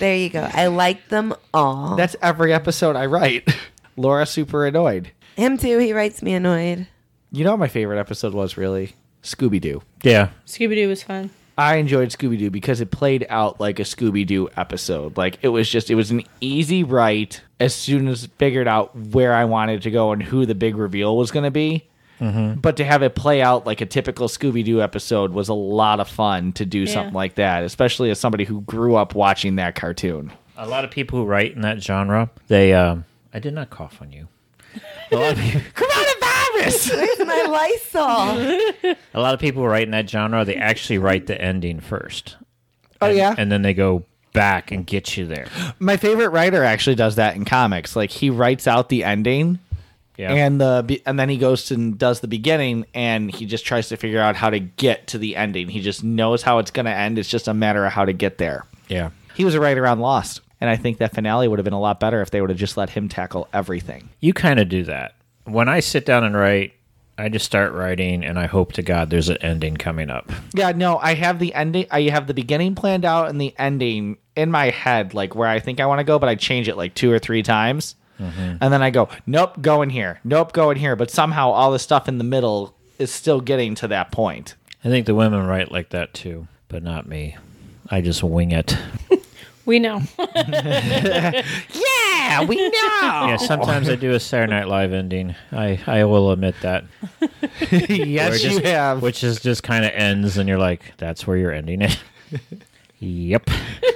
S5: There you go. I like them all.
S2: That's every episode I write. *laughs* Laura super annoyed.
S5: Him too. He writes me annoyed.
S2: You know what my favorite episode was really Scooby Doo.
S8: Yeah.
S6: Scooby Doo was fun.
S2: I enjoyed Scooby Doo because it played out like a Scooby Doo episode. Like it was just it was an easy write as soon as figured out where I wanted to go and who the big reveal was going to be.
S8: Mm-hmm.
S2: But to have it play out like a typical Scooby Doo episode was a lot of fun to do something like that, especially as somebody who grew up watching that cartoon.
S8: A lot of people who write in that genre, they. Um, I did not cough on you. A lot of people,
S2: Coronavirus.
S5: Where's my Lysol?
S8: a lot of people who write in that genre, they actually write the ending first.
S2: *laughs* oh yeah.
S8: and then they go back and get you there.
S2: My favorite writer actually does that in comics. Like he writes out the ending
S8: Yeah.
S2: and the be- and then he goes and does the beginning and he just tries to figure out how to get to the ending. He just knows how it's going to end. It's just a matter of how to get there.
S8: yeah.
S2: He was a writer on Lost, and I think that finale would have been a lot better if they would have just let him tackle everything.
S8: You kind of do that. When I sit down and write, I just start writing and I hope to God there's an ending coming up.
S2: Yeah, no, I have the ending. I have the beginning planned out and the ending in my head, like where I think I want to go, but I change it like two or three times, and then I go, nope, go in here, nope, go in here. But somehow all the stuff in the middle is still getting to that point.
S8: I think the women write like that too, but not me. I just wing it.
S6: We know. *laughs*
S2: Yeah, we know.
S8: Yeah, sometimes I do a Saturday Night Live ending. I, I will admit that. Where
S2: yes,
S8: just-
S2: you have.
S8: Which is just kind of ends and you're like, that's where you're ending *laughs* it. yep.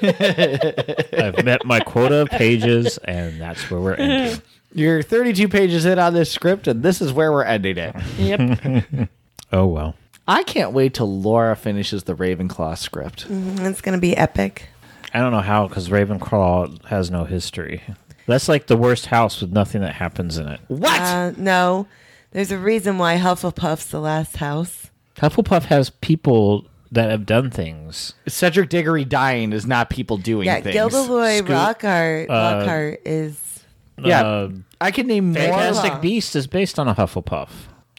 S8: *laughs* I've met my quota of pages and that's where we're *laughs* ending.
S2: You're 32 pages in on this script, and this is where we're ending it.
S6: yep.
S8: Oh, well.
S2: I can't wait till Laura finishes the Ravenclaw script.
S5: It's gonna be epic.
S8: I don't know how because Ravenclaw has no history. That's like the worst house with nothing that happens in it.
S2: What?
S5: Uh, no, there's a reason why Hufflepuff's the last house.
S8: Hufflepuff has people that have done things.
S2: Cedric Diggory dying is not people doing
S5: Yeah,
S2: things.
S5: Gilderoy
S8: Scoot-
S5: Lockhart. Lockhart is.
S2: Yeah,
S8: Uh,
S2: I could name more.
S8: Fantastic Beast is based on a Hufflepuff.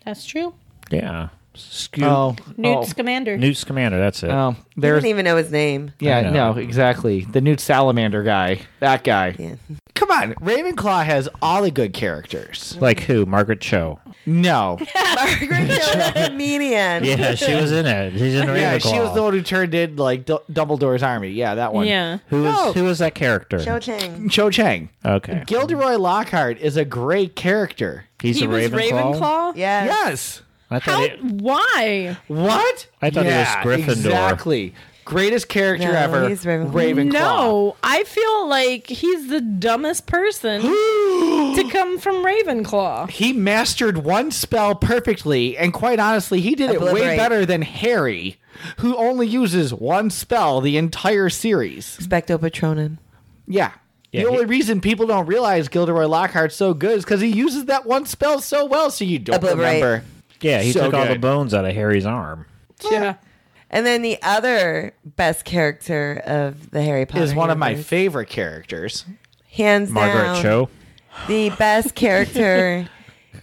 S6: That's true.
S8: Yeah. Scoot.
S2: Oh,
S6: Newt's
S2: oh,
S6: commander.
S8: Newt's commander. That's it.
S2: oh,
S5: I
S2: there's
S5: don't even know his name.
S2: yeah,
S8: I know.
S2: no, exactly. The Newt Salamander guy, that guy.
S5: *laughs* Yeah.
S2: Come on, Ravenclaw has all the good characters.
S8: Like who? Margaret Cho.
S5: *laughs*
S2: No,
S5: Margaret Cho, the comedian.
S8: Yeah, she was in it. She's *laughs* in Ravenclaw.
S2: yeah, she was the one who turned in like D- Dumbledore's army. Yeah, that one.
S6: yeah.
S8: who was
S2: No.
S8: who was that character?
S5: Cho Chang.
S2: Cho Chang.
S8: Okay.
S2: Gilderoy Lockhart is a great character.
S8: He's
S6: He
S8: a
S6: was
S8: Ravenclaw.
S6: Ravenclaw.
S5: Yes.
S2: Yes.
S6: How?
S8: I thought he-
S6: Why?
S2: What?
S8: I thought he was Gryffindor.
S2: Exactly. Greatest character
S5: No,
S2: ever.
S5: he's Ravenclaw.
S2: Ravenclaw.
S6: No, I feel like he's the
S2: *gasps*
S6: dumbest person to come from Ravenclaw.
S2: he mastered one spell perfectly, and quite honestly, he did it way
S5: Obliterate.
S2: better than Harry, who only uses one spell the entire series.
S5: Specto Patronum.
S2: Yeah.
S8: Yeah,
S2: the
S8: he-
S2: only reason people don't realize Gilderoy Lockhart's so good is because he uses that one spell so well, so you don't
S5: Obliterate.
S2: remember.
S8: yeah, he
S2: So
S8: took all the
S2: good.
S8: bones out of Harry's arm.
S6: Yeah.
S5: And then the other best character of the Harry Potter
S2: Is one of my
S5: universe.
S2: favorite characters.
S5: hands
S8: Margaret
S5: down
S8: Cho.
S5: the best
S2: *laughs*
S5: character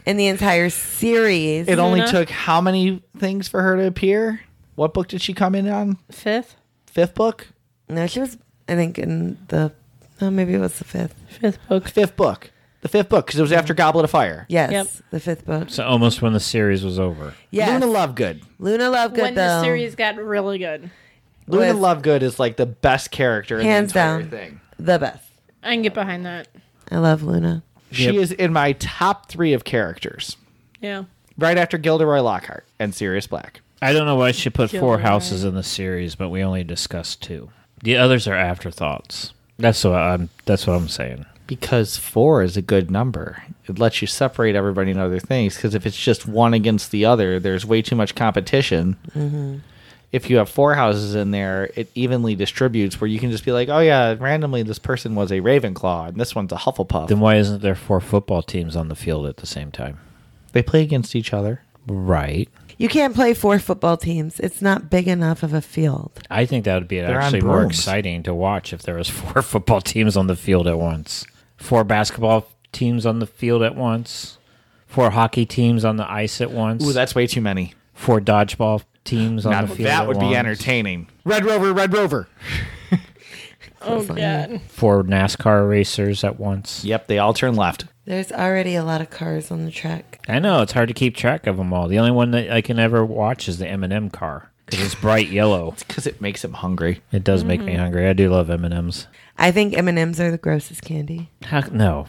S5: in the entire series.
S2: It only took how many things for her to appear? What book did she come in on?
S6: Fifth?
S2: Fifth book?
S5: no, she was I think in the no, maybe it was the fifth.
S6: Fifth book.
S2: Fifth book. The fifth book, because it was after Goblet of Fire.
S5: Yes,
S6: Yep.
S5: the fifth book.
S8: So almost when the series was over.
S5: Yes,
S2: Luna
S5: Luna,
S2: Lovegood.
S5: Lovegood
S6: when
S5: though.
S6: the series got really good.
S2: Luna
S5: was
S2: Lovegood is like the best character in
S5: Hands
S2: the entire
S5: down.
S2: thing.
S5: the best.
S6: I can get behind that.
S5: I love Luna.
S2: She is in my top three of characters,
S6: Yeah.
S2: right after Gilderoy Lockhart and Sirius Black.
S8: I don't know why she put four
S6: Gilderoy.
S8: houses in the series, but we only discussed two. The others are afterthoughts. That's what I'm. That's what I'm saying.
S2: Because four is a good number. It lets you separate everybody and other things. Because if it's just one against the other, there's way too much competition. Mm-hmm. If you have four houses in there, it evenly distributes where you can just be like, oh, yeah, randomly this person was a Ravenclaw and this one's a Hufflepuff.
S8: Then why isn't there four football teams on the field at the same time?
S2: they play against each other.
S8: Right.
S5: You can't play four football teams. It's not big enough of a field.
S8: I think that would be
S2: on
S8: actually more
S2: brooms.
S8: exciting to watch if there was *laughs* four football teams on the field at once, four basketball teams on the field at once, four hockey teams on the ice at once,
S2: Ooh, that's way too many.
S8: four dodgeball teams on
S2: Now,
S8: the field.
S2: that
S8: at
S2: would be
S8: once,
S2: entertaining. Red Rover, Red Rover.
S6: Oh god.
S8: Four NASCAR racers at once.
S2: Yep, they all turn left.
S5: There's already a lot of cars on the track.
S8: I know it's hard to keep track of them all. The only one that I can ever watch is the Eminem car because it's bright yellow.
S2: Because it makes them hungry.
S8: It does make
S2: Mm-hmm.
S8: me hungry. I do love M&Ms.
S5: I think M&Ms are the grossest candy.
S8: How, no,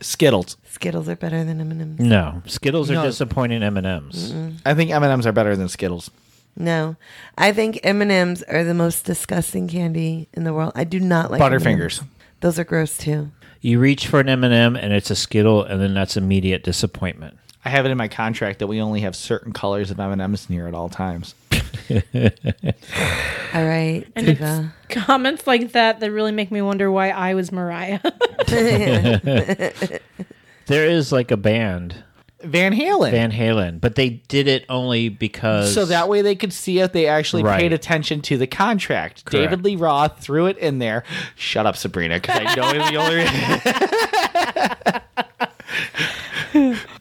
S2: Skittles.
S5: Skittles are better than M&Ms.
S8: no. Skittles are
S2: No.
S8: disappointing M&Ms.
S2: I think M&M's are better than Skittles.
S5: No. I think M&Ms are the most disgusting candy in the world. I do not like
S2: Butterfingers.
S5: M&Ms. Those are gross too.
S8: You reach for an M&M and it's a Skittle and then that's immediate disappointment.
S2: I have it in my contract that we only have certain colors of M&M's near at all times.
S5: All right, Diva.
S6: Comments like that that really make me wonder why I was Mariah. *laughs*
S8: There is like a band,
S2: Van Halen.
S8: Van Halen, but they did it only because
S2: so that way they could see if they actually
S8: Right.
S2: paid attention to the contract.
S8: Correct.
S2: David Lee Roth threw it in there. Shut up, Sabrina, because I know the only.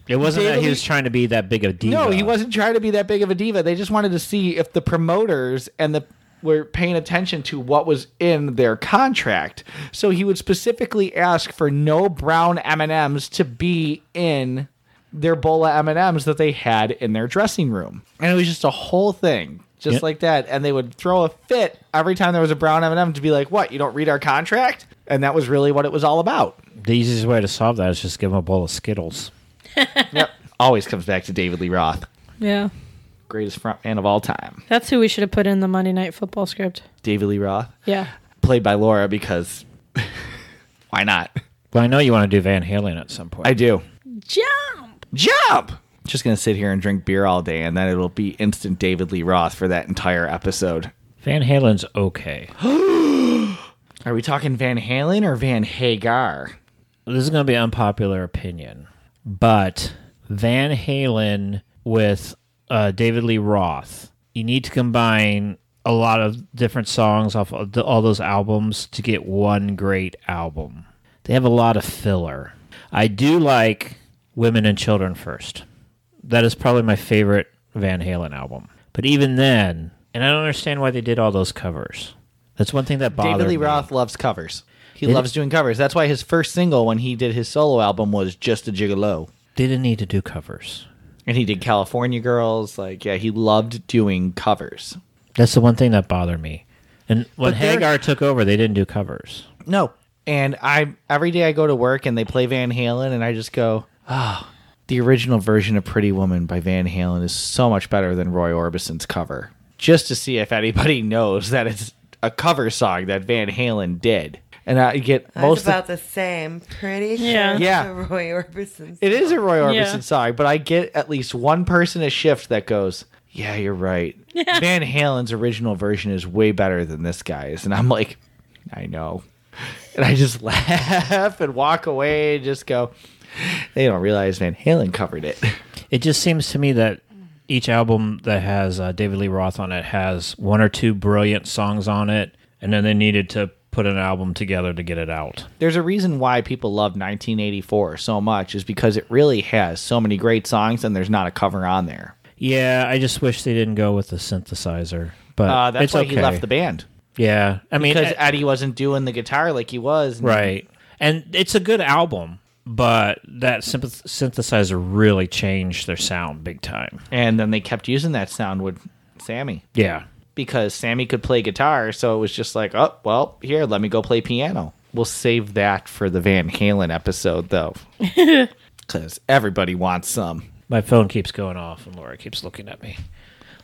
S8: it wasn't that
S2: David
S8: he was trying to be that big of a diva.
S2: no, he wasn't trying to be that big of a diva. They just wanted to see if the promoters and the were paying attention to what was in their contract. So he would specifically ask for no brown M and M's to be in their bowl of M and M's that they had in their dressing room, and it was just a whole thing. Just
S8: Yep.
S2: like that, and they would throw a fit every time there was a brown M and M to be like, "What? You don't read our contract?" And that was really what it was all about.
S8: The easiest way to solve that is just give him a bowl of Skittles.
S2: yep, always comes back to David Lee Roth,
S6: yeah.
S2: greatest frontman of all time.
S6: That's who we should have put in the Monday Night Football script.
S2: David Lee Roth.
S6: Yeah.
S2: played by Laura because *laughs* why not?
S8: Well, I know you want to do Van Halen at some point.
S2: I do.
S6: Jump.
S2: Jump! Just gonna sit here and drink beer all day, and then it'll be instant David Lee Roth for that entire episode.
S8: Van Halen's okay.
S2: Are we talking Van Halen or Van Hagar?
S8: this is going to be an unpopular opinion, but Van Halen with uh, David Lee Roth, you need to combine a lot of different songs off of the, all those albums to get one great album. They have a lot of filler. I do like Women and Children First. That is probably my favorite Van Halen album. But even then, and I don't understand why they did all those covers. That's one thing that bothered
S2: David Lee
S8: me.
S2: Roth loves covers. He loves doing covers. That's why his first single when he did his solo album was Just a Gigolo.
S8: They didn't need to do covers.
S2: And he did California Girls. Like, yeah, he loved doing covers.
S8: That's the one thing that bothered me. And when
S2: But they're-
S8: Hagar took over, they didn't do covers.
S2: No. And I every day I go to work and they play Van Halen and I just go, oh, the original version of Pretty Woman by Van Halen is so much better than Roy Orbison's cover. Just to see if anybody *laughs* knows that it's a cover song that Van Halen did. And I get
S5: Most
S2: most of-
S5: about the same. Pretty sure
S6: Yeah.
S5: it's
S2: Yeah.
S5: a Roy Orbison.
S2: it is a Roy Orbison
S6: Yeah.
S2: song, but I get at least one person a shift that goes, "Yeah, you're right. Van Halen's original version is way better than this guy's," and I'm like, "I know," and I just *laughs* laugh and walk away and just go, "They don't realize Van Halen covered it."
S8: It just seems to me that each album that has uh, David Lee Roth on it has one or two brilliant songs on it, and then they needed to put an album together to get it out.
S2: There's a reason why people love 1984 so much is because it really has so many great songs, and there's not a cover on there.
S8: Yeah, I just wish they didn't go with the synthesizer. But
S2: Uh, that's
S8: it's
S2: why
S8: okay.
S2: he left the band
S8: Yeah, I mean,
S2: because
S8: I-
S2: Eddie wasn't doing the guitar like he was. and
S8: Right. And it's a good album, but that sympath- synthesizer really changed their sound big time.
S2: and then they kept using that sound with Sammy
S8: Yeah.
S2: because Sammy could play guitar, so it was just like, oh well, here, let me go play piano. We'll save that for the Van Halen episode though, because everybody wants some.
S8: My phone keeps going off, and Laura keeps looking at me.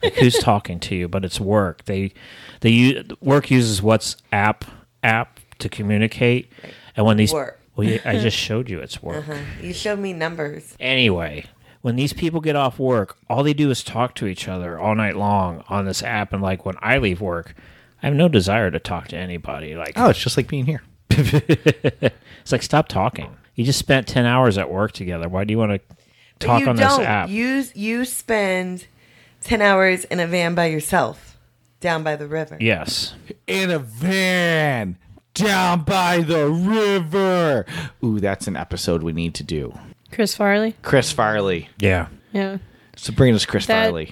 S8: Like, who's talking to you? But it's work. They, they u- work uses WhatsApp app to communicate, and when these
S5: Work. Uh-huh.
S8: well, yeah,
S5: *laughs*
S8: I just showed you it's work.
S5: You showed me numbers.
S8: Anyway, when these people get off work, all they do is talk to each other all night long on this app. And like when I leave work, I have no desire to talk to anybody. Like
S5: Uh,
S2: Oh, it's just like being here.
S8: it's like stop talking. You just spent ten hours at work together. Why do you want to talk
S5: you
S8: on
S5: don't.
S8: this app?
S5: You you spend 10 hours in a van by yourself down by the river.
S8: Yes.
S2: in a van down by the river. Ooh, that's an episode we need to do.
S6: Chris Farley.
S2: Chris Farley.
S8: Yeah.
S6: Yeah.
S2: Sabrina's Chris
S6: That-
S2: Farley.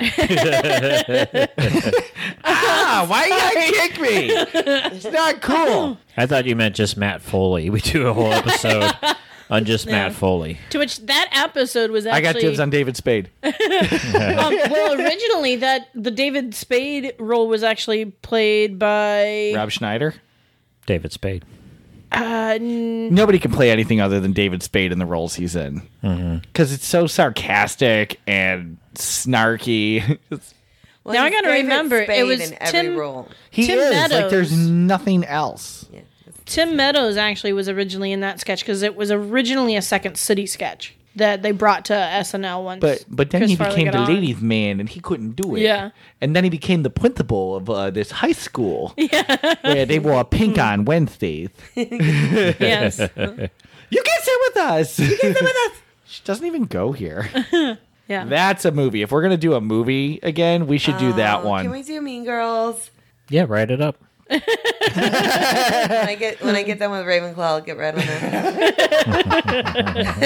S2: *laughs* ah, why you gotta kick me? It's not cool.
S8: I thought you meant just Matt Foley. We do a whole episode on just Matt Foley.
S6: To which that episode was actually
S2: I got dibs on David Spade.
S6: *laughs* um, well, originally that the David Spade role was actually played by
S2: Rob Schneider.
S8: David Spade.
S6: uh, n-
S2: Nobody can play anything other than David Spade in the roles he's in because it's so sarcastic and snarky. *laughs*
S5: Well,
S6: Now I
S5: he's
S6: gotta
S5: David
S6: remember, it
S5: Spade
S6: was
S5: in every
S6: Tim-
S5: role.
S2: he
S6: Tim
S2: is like
S6: Meadows.
S2: there's nothing else.
S6: Tim Meadows actually was originally in that sketch because it was originally a Second City sketch that they brought to SNL once.
S2: But but then
S6: Chris
S2: he
S6: Farley
S2: became
S6: got
S2: the
S6: on.
S2: ladies' man, and he couldn't do it.
S6: Yeah.
S2: And then he became the principal of uh, this high
S6: *laughs*
S2: school. Yeah. Where they wore
S6: Hmm.
S2: pink on Wednesdays.
S6: Yes.
S2: *laughs* You can sit with us. You can sit with us. *laughs* She doesn't even go here.
S6: *laughs* Yeah.
S2: That's a movie. If we're gonna do a movie again, we should do that
S5: Oh,
S6: Uh,
S5: Can
S2: one.
S5: we do Mean Girls?
S8: Yeah, write it up.
S5: When I get when I get done with Ravenclaw, I'll get red on
S6: *laughs*
S5: it.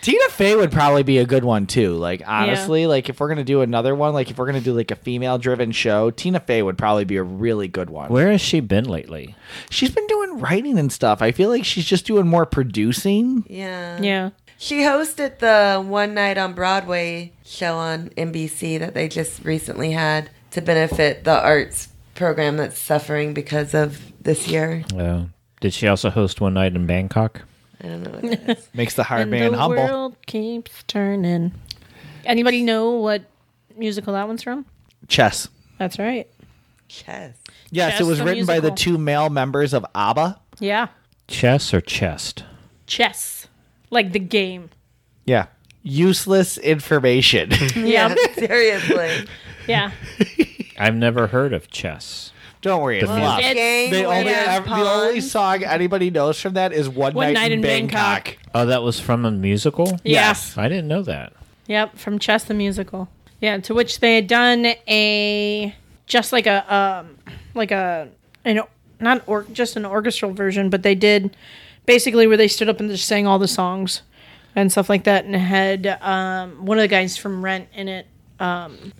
S2: Tina Fey would probably be a good one too. Like honestly, like if we're gonna do another one, like if we're gonna do like a female-driven show, Tina Fey would probably be a really good one.
S8: Where has she been lately?
S2: She's been doing writing and stuff. I feel like she's just doing more producing.
S5: Yeah.
S6: yeah.
S5: She hosted the One Night on Broadway show on NBC that they just recently had to benefit the arts program that's suffering because of this year.
S8: Uh, did she also host one night in Bangkok?
S5: I don't know what it is.
S2: Makes the hard
S6: And
S2: man
S6: the
S2: humble.
S6: world keeps turning. Anybody know what musical that one's from?
S2: Chess.
S6: That's right.
S2: *laughs*
S5: Chess.
S2: Yes,
S6: Chess,
S2: it was
S6: the
S2: written by the
S6: musical.
S2: two male members of ABBA.
S6: Yeah.
S8: Chess or chest?
S6: Chess. Like the game.
S2: Yeah. Useless *laughs* information.
S6: Yeah.
S5: Seriously.
S6: yeah.
S8: I've never heard of chess.
S2: Don't worry, it's
S8: The music.
S6: *laughs*
S2: fluff.
S6: It's-
S5: Game
S2: The only,
S5: with
S2: ev- the only
S5: pawns.
S2: song anybody knows from that is One, Night, in, Bangkok.
S8: Oh, that was from a musical?
S6: Yes.
S8: I didn't know that.
S6: Yep, from Chess the Musical. Yeah, to which they had done a just like a um like a an not or just an orchestral version, but they did basically where they stood up and just sang all the songs and stuff like that, and had um one of the guys from Rent in it.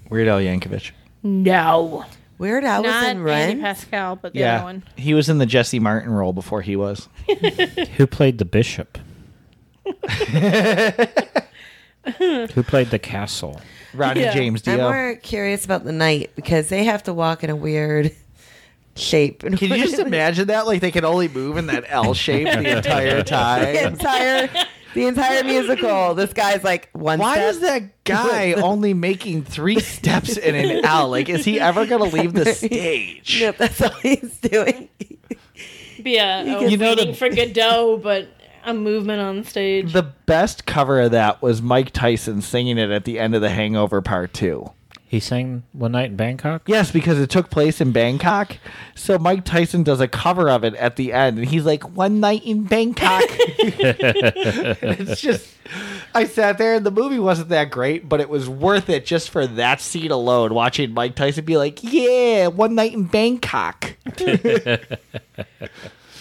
S2: Weird Al Yankovic.
S6: No,
S5: Weird Al was
S6: not
S5: in
S6: Andy
S5: Rent.
S6: Pascal, but the other
S2: Yeah.
S6: one.
S2: He was in the Jesse Martin role before he was.
S8: Who played the bishop? Who played the castle?
S2: Ronnie
S6: Yeah.
S2: James
S5: I'm
S2: Dio.
S5: more curious about the night because they have to walk in a weird *laughs* shape.
S2: Can
S5: *laughs*
S2: you just imagine that? Like they can only move in that L shape the entire
S5: the
S2: time.
S5: entire the entire musical? This guy's like one.
S2: Why
S5: step.
S2: is that guy only making three steps in an L? Like, is he ever gonna leave the stage?
S5: Nope, *laughs* that's all he's doing.
S6: Be a,
S2: You know the-
S6: waiting for Godot, but a movement on stage.
S2: The best cover of that was Mike Tyson singing it at the end of The Hangover Part 2.
S8: He sang One Night in Bangkok?
S2: Yes, because it took place in Bangkok. So Mike Tyson does a cover of it at the end, and he's like, One night in
S6: *laughs*
S2: Bangkok. *laughs* it's just, I sat there, and the movie wasn't that great, but it was worth it just for that scene alone, watching Mike Tyson be like, Yeah, one night in
S6: *laughs*
S2: Bangkok.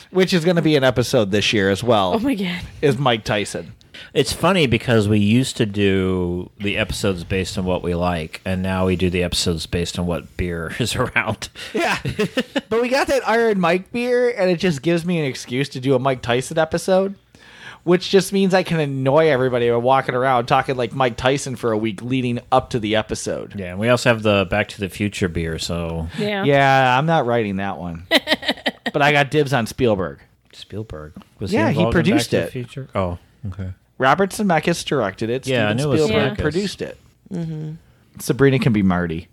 S2: Which is going to be an episode this year as well,
S6: oh my god!
S2: is Mike Tyson.
S8: It's funny because we used to do the episodes based on what we like, and now we do the episodes based on what beer *laughs* is around.
S2: Yeah. *laughs* but we got that Iron Mike beer, and it just gives me an excuse to do a Mike Tyson episode, which just means I can annoy everybody by walking around talking like Mike Tyson for a week leading up to the episode.
S8: Yeah, and we also have the Back to the Future beer, so
S6: Yeah,
S2: Yeah, I'm not writing that one.
S6: *laughs*
S2: but I got dibs on Spielberg.
S8: Spielberg was
S2: Yeah, he
S8: involved in
S2: produced
S8: Back to
S2: it.
S8: the Future? Oh, okay.
S2: Robert Zemeckis directed it.
S8: Yeah, I
S2: Steven
S8: knew it was
S2: Spielberg
S6: Zemeckis.
S2: produced it.
S6: Mm-hmm.
S2: Sabrina can be
S6: *laughs*
S2: Marty.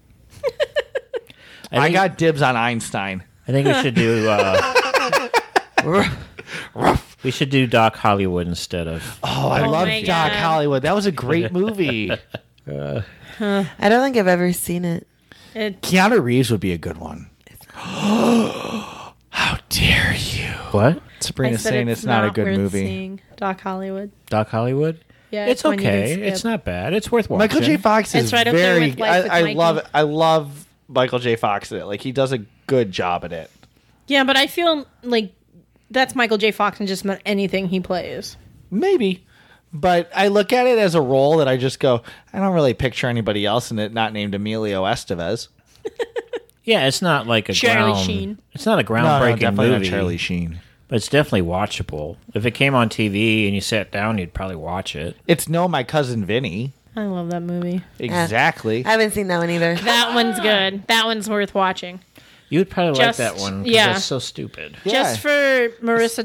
S8: I,
S2: I
S8: think-
S2: got dibs on Einstein.
S8: I think we should do. Uh,
S2: *laughs*
S8: we should do Doc Hollywood instead of.
S2: Oh, I love
S6: my
S2: Doc
S6: God.
S2: Hollywood. That was a *laughs* great movie.
S5: I don't think I've ever seen it.
S6: It,
S2: Keanu Reeves would be a good one. *gasps* How dare you?
S8: What?
S6: I
S2: Sabrina's
S6: said
S2: saying it's, not, a good
S6: worth
S2: movie.
S6: seeing. Doc Hollywood.
S8: Doc Hollywood?
S6: Yeah,
S8: It's
S6: one you can
S8: okay.
S6: skip.
S8: It's not bad. It's worth watching.
S2: Michael J. Fox is
S6: It's right up there
S2: very.
S6: with Life with
S2: I, I
S6: Mikey.
S2: love. I love Michael J. Fox in it. Like he does a good job at it.
S6: Yeah, but I feel like that's Michael J. Fox and just about anything he plays.
S2: Maybe, but I look at it as a role that I just go. I don't really picture anybody else in it not named Emilio Estevez.
S8: Yeah, it's not like a
S6: Charlie
S8: ground,
S6: Sheen.
S8: It's not a
S2: No, no,
S8: groundbreaking
S2: definitely not
S8: movie,
S2: Charlie Sheen.
S8: but it's definitely watchable. If it came on TV and you sat down, you'd probably watch it.
S2: It's no, my cousin Vinny.
S6: I love that movie.
S2: Exactly.
S5: I haven't seen that one either.
S6: That one's good. That one's worth watching.
S8: You would probably
S6: Just-
S8: like that one because
S6: yeah.
S8: it's so stupid.
S2: Yeah.
S6: Just for Marissa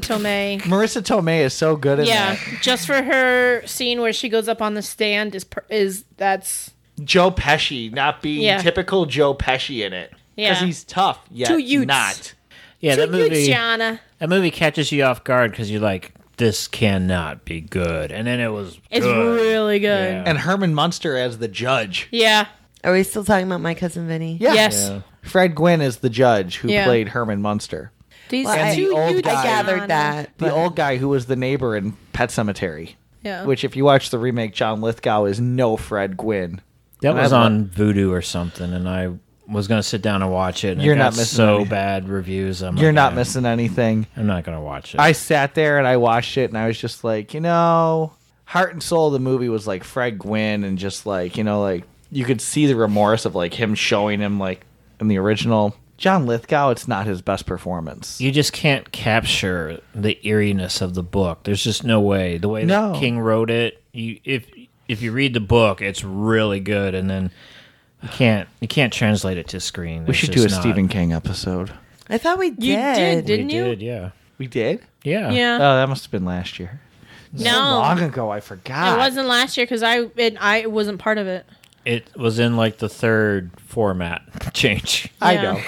S2: *laughs*
S6: Tomei.
S2: Marissa Tomei is so good in
S6: Yeah,
S2: that.
S6: just for her scene where she goes up on the stand is per- is that's
S2: Joe Pesci not being
S6: Yeah.
S2: typical Joe Pesci in it.
S6: Yeah.
S2: he's tough, yet
S6: Two Utes.
S2: not.
S8: Yeah, that
S6: Huge,
S8: movie.
S6: Gianna.
S8: That movie catches you off guard because you're like, "This cannot be good," and then it was.
S6: It's
S8: good.
S6: really good.
S8: Yeah.
S2: And Herman Munster as the judge.
S6: Yeah.
S5: Are we still talking about my cousin Vinny?
S2: Yeah.
S6: Yes.
S8: Yeah.
S2: Fred Gwynn is the judge who
S6: Yeah.
S2: played Herman Munster.
S6: These
S5: Well, I-
S6: two
S2: the old
S6: huge
S2: guy-
S5: I gathered
S6: Gianna.
S5: that.
S2: The old guy who was the neighbor in Pet Cemetery.
S6: Yeah.
S2: Which if you watch the remake, John Lithgow is no Fred Gwynn.
S8: That
S2: I
S8: was
S2: love-
S8: on Voodoo or something, and I was gonna sit down and watch it. And
S2: You're
S8: it
S2: not
S8: got
S2: missing
S8: so
S2: anything.
S8: bad reviews. I'm
S2: You're
S8: like,
S2: not
S8: "Yeah,
S2: missing anything.
S8: I'm not gonna watch it.
S2: I sat there and I watched it and I was just like, you know, heart and soul of the movie was like Fred Gwynn and just like, you know, like you could see the remorse of like him showing him like in the original John Lithgow, it's not his best performance.
S8: you just can't capture the eeriness of the book. There's just no way. The way
S2: No.
S8: that King wrote it, you if if you read the book, it's really good, and then you can't you can't translate it to screen.
S2: we should do a Stephen King episode.
S5: I thought we
S6: You did,
S5: did.
S6: didn't you?
S8: Did yeah
S2: We did?
S8: yeah
S6: Yeah.
S2: Oh, that must have been last year.
S6: no.
S2: So long ago, I forgot.
S6: Oh. It wasn't last year because I it, I wasn't part of it.
S8: It was in like the third format *laughs* change.
S2: I
S6: Yeah.
S2: know.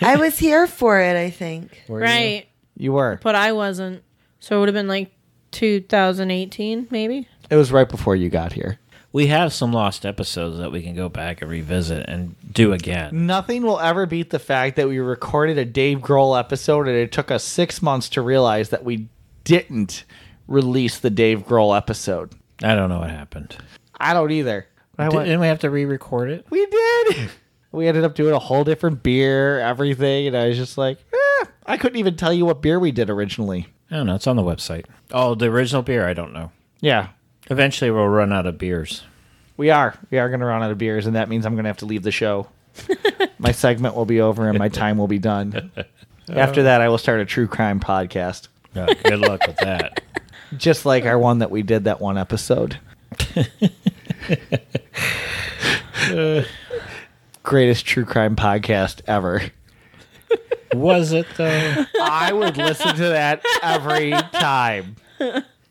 S5: I was here for it, I think.
S8: Were you?
S6: Right,
S2: You were.
S6: but I wasn't. So it would have been like 2018, maybe.
S2: It was right before you got here.
S8: We have some lost episodes that we can go back and revisit and do again.
S2: Nothing will ever beat the fact that we recorded a Dave Grohl episode and it took us six months to realize that we didn't release the Dave Grohl episode.
S8: I don't know what happened.
S2: I don't either. But I went,
S8: Didn't we have to re-record it?
S2: we did. *laughs* We ended up doing a whole different beer, everything, and I was just like, eh, I couldn't even tell you what beer we did originally.
S8: I don't know. It's on the website. Oh, the original beer. I don't know.
S2: Yeah,
S8: Eventually, we'll run out of beers.
S2: we are. We are going to run out of beers, and that means I'm going to have to leave the *laughs* show. my segment will be over *laughs* and my time will be *laughs* done. After that, I will start a true crime podcast.
S8: Yeah, good luck with that.
S2: just like our one that we did that one episode. Greatest true crime podcast ever.
S8: Was it though?
S2: I would listen to that every time.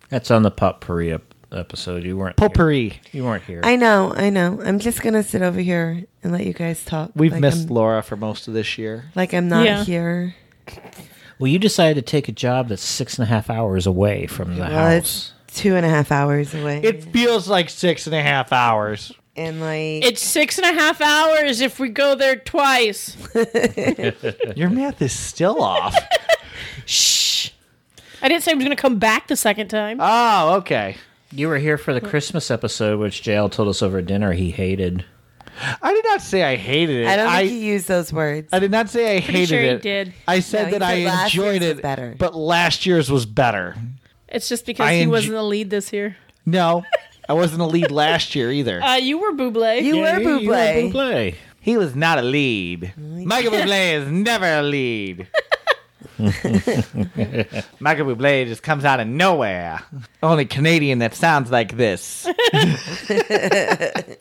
S8: That's on the potpourri ep- episode. You weren't.
S2: Potpourri.
S8: Here. You weren't here.
S5: I know, I know. I'm just gonna sit over here and let you guys talk.
S2: We've
S5: like um,
S2: missed
S5: I'm,
S2: Laura for most of this year.
S5: like I'm not
S6: Yeah.
S5: here.
S8: well, you decided to take a job that's six and a half hours away from the
S5: Well,
S8: house.
S5: it's two and a half hours away.
S2: It feels like six and a half hours.
S5: and like
S6: It's six and a half hours if we go there twice.
S2: Your math is still off.
S6: Shh. I didn't say I was going to come back the second time.
S2: Oh, okay.
S8: You were here for the Christmas episode, which JL told us over dinner he hated.
S2: I did not say I hated it.
S5: I don't think
S2: I,
S5: you use those words.
S2: I did not say I hated
S6: sure you
S2: it.
S6: did.
S2: I said
S5: No, you
S2: that I
S5: said last
S2: enjoyed
S5: year's
S2: it,
S5: was better.
S2: but last year's was better.
S6: it's just because
S2: I
S6: he
S2: enj-
S6: wasn't the lead this year.
S2: No, I wasn't a lead last year either. *laughs*
S6: Uh, you were Buble.
S5: you were
S8: you were
S5: Buble.
S8: Buble.
S2: He was not a lead. *laughs* Michael Bublé is never a *laughs* lead. Michael Bublé just comes out of nowhere. Only Canadian that sounds like this.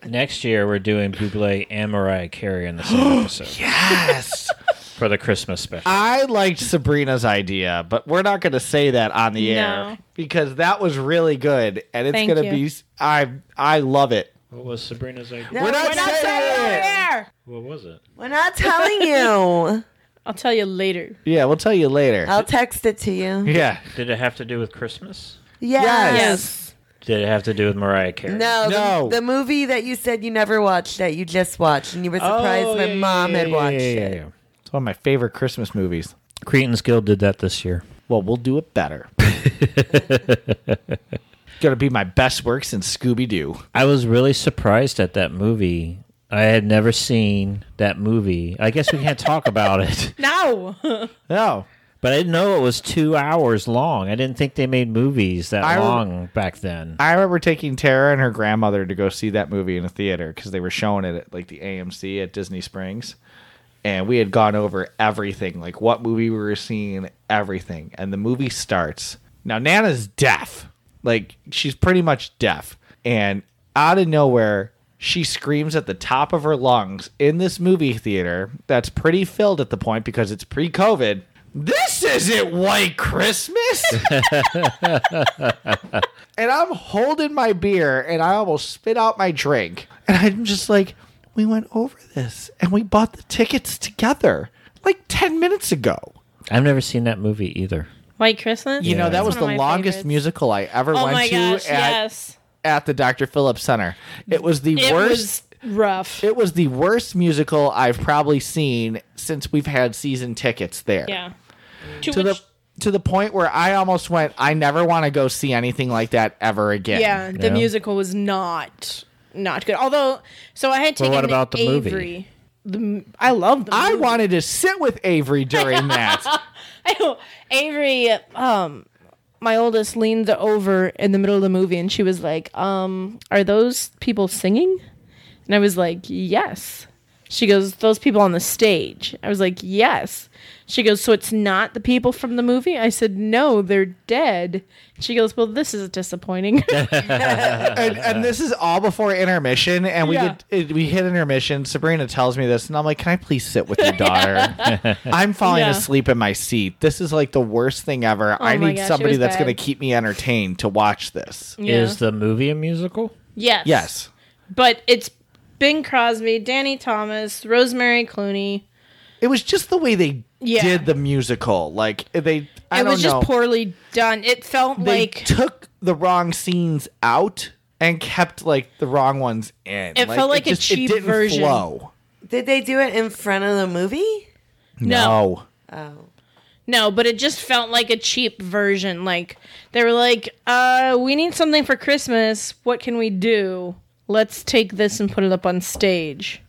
S8: Next year, we're doing Buble and Mariah Carey in the
S5: *gasps*
S8: same episode
S2: Yes.
S8: for the Christmas special.
S2: I liked Sabrina's idea, but we're not going to say that on the
S6: No.
S2: air because that was really good and it's
S6: Thank
S2: going to
S6: you.
S2: be I I love it.
S8: what was Sabrina's idea?
S5: No,
S2: not saying it.
S8: What was it?
S5: We're not telling you.
S6: I'll tell you later.
S2: Yeah, we'll tell you later.
S5: I'll text it to you.
S2: yeah.
S8: Did it have to do with Christmas?
S5: Yes.
S8: Did it have to do with Mariah Carey?
S5: No,
S2: No.
S5: The, the movie that you said you never watched that you just watched and you were surprised my mom had watched it.
S2: It's one of my favorite Christmas movies.
S8: Cretan's Guild did that this year.
S2: Well, we'll do it better. gonna be my best work since Scooby Doo.
S8: I was really surprised at that movie. I had never seen that movie. I guess we can't talk about it.
S6: No.
S2: No,
S8: But I didn't know it was two hours long. I didn't think they made movies that
S2: I rem-
S8: long back then.
S2: I remember taking Tara and her grandmother to go see that movie in a theater because they were showing it at like the AMC at Disney Springs. And we had gone over everything, like what movie we were seeing, everything. And the movie starts. Now, Nana's deaf. Like, she's pretty much deaf. And out of nowhere, she screams at the top of her lungs in this movie theater that's pretty filled at the point because it's pre COVID. This isn't White Christmas! *laughs* and I'm holding my beer and I almost spit out my drink. And I'm just like, we went over this and we bought the tickets together like 10 minutes ago.
S8: I've never seen that movie either.
S6: White Christmas.
S2: You know, that
S6: That's
S2: was
S6: one of
S2: the
S6: my
S2: longest
S6: favorites.
S2: musical I ever
S6: Oh
S2: went
S6: my
S2: to
S6: gosh!
S2: at,
S6: yes.
S2: at the Dr. Phillips Center. It was the
S6: It
S2: worst.
S6: was rough.
S2: It was the worst musical I've probably seen since we've had season tickets there.
S6: yeah. Too
S2: To
S6: much.
S2: the to the point where I almost went, I never want to go see anything like that ever again.
S6: yeah, the
S8: Yeah.
S6: musical was not not good. Although, so I had
S8: Well,
S6: taken
S8: what about the movie?
S6: Avery. The m- I love the
S2: I
S6: movie.
S2: wanted to sit with Avery during
S6: *laughs*
S2: that.
S6: Avery, um, my oldest leaned over in the middle of the movie and she was like, um, are those people singing? And I was like, yes. She goes, those people on the stage. I was like, yes. She goes, so it's not the people from the movie? I said, no, they're dead. She goes, well, this is disappointing. *laughs*
S2: and, and this is all before intermission, and we
S6: Yeah.
S2: get, it, we hit intermission. Sabrina tells me this, and I'm like, "Can I please sit with
S6: *laughs*
S2: your daughter? *laughs* I'm falling
S6: Yeah. Oh
S2: asleep in my seat. This is like the worst thing ever. I
S6: my
S2: need
S6: gosh, it
S2: somebody
S6: was
S2: that's
S6: bad. Mm.
S2: going to keep me entertained to watch this."
S8: Is the movie a musical?
S6: yes.
S2: Yes,
S6: But it's Bing Crosby, Danny Thomas, Rosemary Clooney.
S2: it was just the way they
S6: Yeah.
S2: did the musical. Like they, I
S6: it
S2: don't
S6: was
S2: know.
S6: just poorly done. It felt
S2: they
S6: like
S2: took the wrong scenes out and kept like the wrong ones in.
S6: It felt like a
S2: just-
S6: cheap
S2: it didn't
S6: version.
S2: Flow.
S5: Did they do it in front of the movie?
S6: no.
S2: No.
S5: Oh.
S6: No, but it just felt like a cheap version. Like they were like, uh, we need something for Christmas. What can we do? Let's take this and put it up on stage.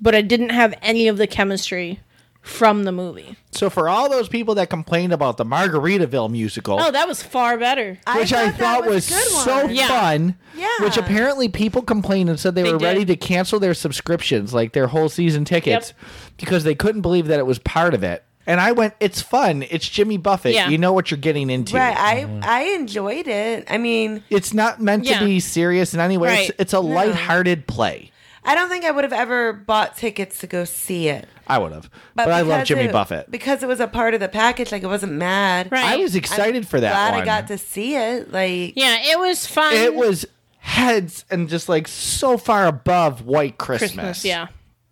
S6: But I didn't have any of the chemistry from the movie.
S2: So for all those people that complained about the Margaritaville musical,
S6: Oh, that was far better.
S2: which I thought,
S5: that
S2: was,
S5: a good
S2: so
S5: one.
S6: Yeah.
S2: fun,
S5: Yeah.
S2: which apparently people complained and said they,
S6: They
S2: were
S6: did.
S2: ready to cancel their subscriptions, like their whole season tickets, because they couldn't believe that it was part of it. And I went, it's fun. It's Jimmy Buffett.
S6: Yeah.
S2: You know what you're getting into.
S5: Right. I I enjoyed it. I mean,
S2: It's not meant
S6: Yeah.
S2: to be serious in any way.
S6: Right.
S2: It's, it's a lighthearted play.
S5: I don't think I would have ever bought tickets to go see it.
S2: I would have. But, I love
S5: because
S2: Jimmy
S5: it-
S2: Buffett.
S5: Because it was a part of the package, like I wasn't mad.
S6: Right.
S2: I was excited for that
S5: Glad
S2: one.
S5: I got to see it. Like
S6: Yeah, it was fun.
S2: it was heads and just like so far above White Christmas.
S6: Christmas. Yeah.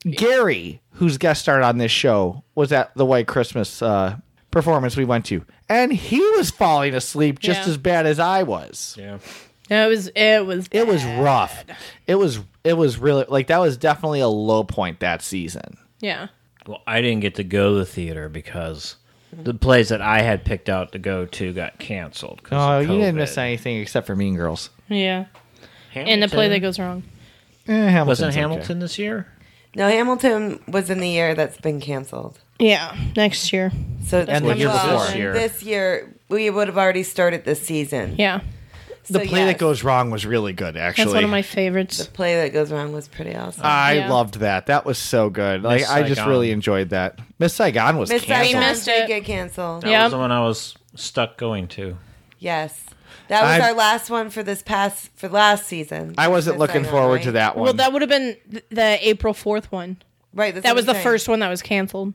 S2: Gary, who's guest starred on this show, was at the White Christmas uh, performance we went to, and he was falling asleep just
S6: Yeah.
S2: as bad as I was.
S8: Yeah.
S6: It was. It was.
S2: It was rough. It was it was really like that was definitely a low point that season.
S6: Yeah.
S8: Well, I didn't get to go to the theater because the plays that I had picked out to go to got canceled. 'cause
S2: Oh,
S8: of
S2: you didn't
S8: COVID.
S2: miss anything except for Mean Girls.
S6: Yeah. And the play that goes wrong.
S2: Eh, Hamilton's
S8: wasn't
S2: okay.
S8: Hamilton this year.
S5: no, Hamilton was in the year that's been canceled.
S6: Yeah. Next year.
S5: So
S2: And the year
S5: well,
S2: before.
S5: This year we would have already started this season.
S6: Yeah.
S2: The
S5: So,
S2: play
S5: yes.
S2: that goes wrong was really good, actually.
S6: That's one of my favorites.
S5: play that goes wrong was pretty awesome.
S2: I
S6: Yeah.
S2: loved that. That was so good. Like
S8: Miss
S2: I just
S8: Saigon.
S2: really enjoyed that. Miss Saigon was
S5: Miss
S2: canceled.
S5: Saigon
S6: missed
S5: did
S6: it.
S5: get canceled.
S8: That
S6: Yep.
S8: was the one I was stuck going to.
S5: Yes. That was
S2: I-
S5: our last one for this past for last season.
S2: I wasn't
S5: Miss
S2: looking
S5: Saigon,
S2: forward
S5: right?
S2: to that one.
S6: Well, that would have been th- the April fourth one.
S5: Right. that's
S6: That
S5: what
S6: was
S5: I'm
S6: the
S5: saying.
S6: first one that was canceled.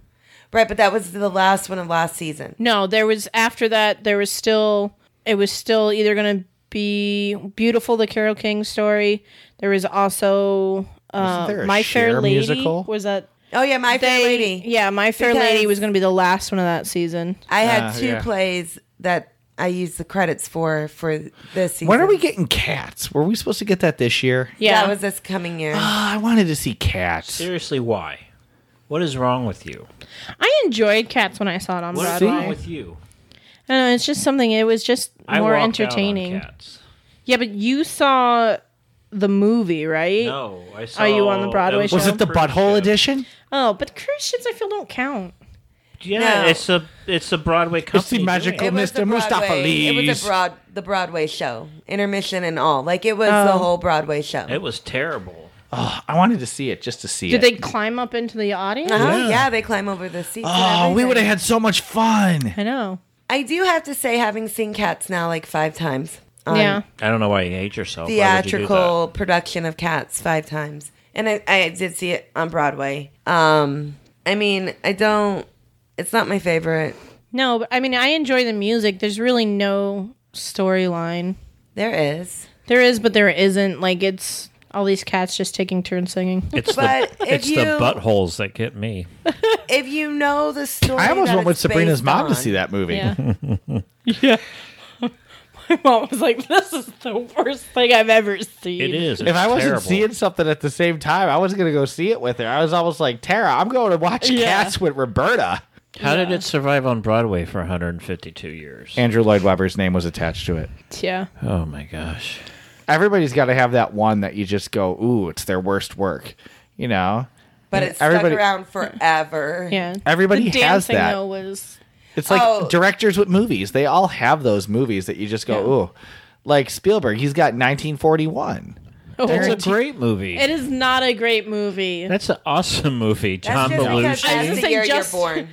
S5: Right, but that was the last one of last season.
S6: No, there was after that. There was still it was still either going to be beautiful, the Carol King story. There was also uh,
S2: Wasn't there a
S6: My Fair
S2: Cher
S6: Lady.
S2: musical?
S6: Was that
S5: Oh yeah, my fair
S6: they-
S5: lady.
S6: Yeah, My Fair
S5: Because-
S6: Lady was going to be the last one of that season.
S5: I had
S2: Ah,
S5: two
S2: yeah.
S5: plays that I used the credits for for this season.
S2: when are we getting cats? Were we supposed to get that this year?
S6: Yeah,
S5: That was this coming year.
S2: Ah, I wanted to see cats.
S8: Seriously, why? What is wrong with you?
S6: I enjoyed Cats when I saw it on
S8: What is
S6: Broadway.
S8: wrong with you?
S6: I don't know, it's just something. It was just
S8: I
S6: more
S8: walked out on
S6: entertaining.
S8: Cats.
S6: Yeah, but you saw the movie, right?
S8: No, Oh, I saw.
S6: Are you on the Broadway
S8: it
S6: show?
S2: Was it the butthole edition?
S6: Oh, but cruise ships I feel don't count.
S8: Yeah,
S5: No.
S8: it's a it's a Broadway company.
S2: the magical-
S8: doing it.
S5: was
S2: Mr.
S5: the
S2: Mustafa
S5: Broadway- It was
S2: Lees.
S5: a broad, the Broadway show, intermission and all. Like it was the
S6: Oh.
S5: whole Broadway show.
S8: It was terrible.
S2: Oh, I wanted to see it just to see
S6: Did
S2: it.
S6: they climb up into the audience?
S5: Uh-huh. Yeah. they climb over the seats.
S2: oh, we would have had so much fun.
S6: I know.
S5: I do have to say, having seen Cats now like five times. on
S6: yeah.
S8: I don't know why you hate yourself. Why would you do that?
S5: Theatrical production of Cats five times, and I, I did see it on Broadway. Um, I mean, I don't. It's not my favorite.
S6: No, but I mean I enjoy the music. There's really no storyline.
S5: There is,
S6: There is, but there isn't. Like it's all these cats just taking turns singing.
S8: It's
S5: but
S8: the
S5: if
S8: it's
S5: you
S8: the buttholes that get me.
S5: if you know the story,
S2: I almost
S5: that
S2: went with
S5: it's
S2: Sabrina's
S5: based
S2: mom to
S5: on-
S2: see that movie.
S6: Yeah. *laughs* yeah. *laughs* My mom was like, "This is the worst thing I've ever seen."
S8: It is.
S2: If I wasn't
S8: terrible.
S2: seeing something at the same time, I was gonna go see it with her. I was almost like Tara. I'm going to watch
S6: Yeah.
S2: Cats with Roberta.
S8: how did it survive on Broadway for 152 years?
S2: Andrew Lloyd Webber's name was attached to it.
S6: Yeah.
S8: Oh my gosh.
S2: Everybody's got to have that one that you just go, "Ooh, it's their worst work," you know.
S5: but it stuck
S2: Everybody-
S5: around forever.
S6: *laughs* Yeah.
S2: Everybody
S6: the
S2: has
S6: dancing,
S2: that.
S6: Though, was
S2: It's like
S5: Oh.
S2: directors with movies. They all have those movies that you just go, ooh. Like Spielberg, he's got 1941.
S8: That's a great movie.
S6: Oh. It is not a great movie.
S8: That's an awesome movie.
S5: That's
S8: John
S5: just because
S8: Belushi.
S5: that's
S6: was
S5: the
S6: gonna
S5: year
S6: say just-
S5: you're born.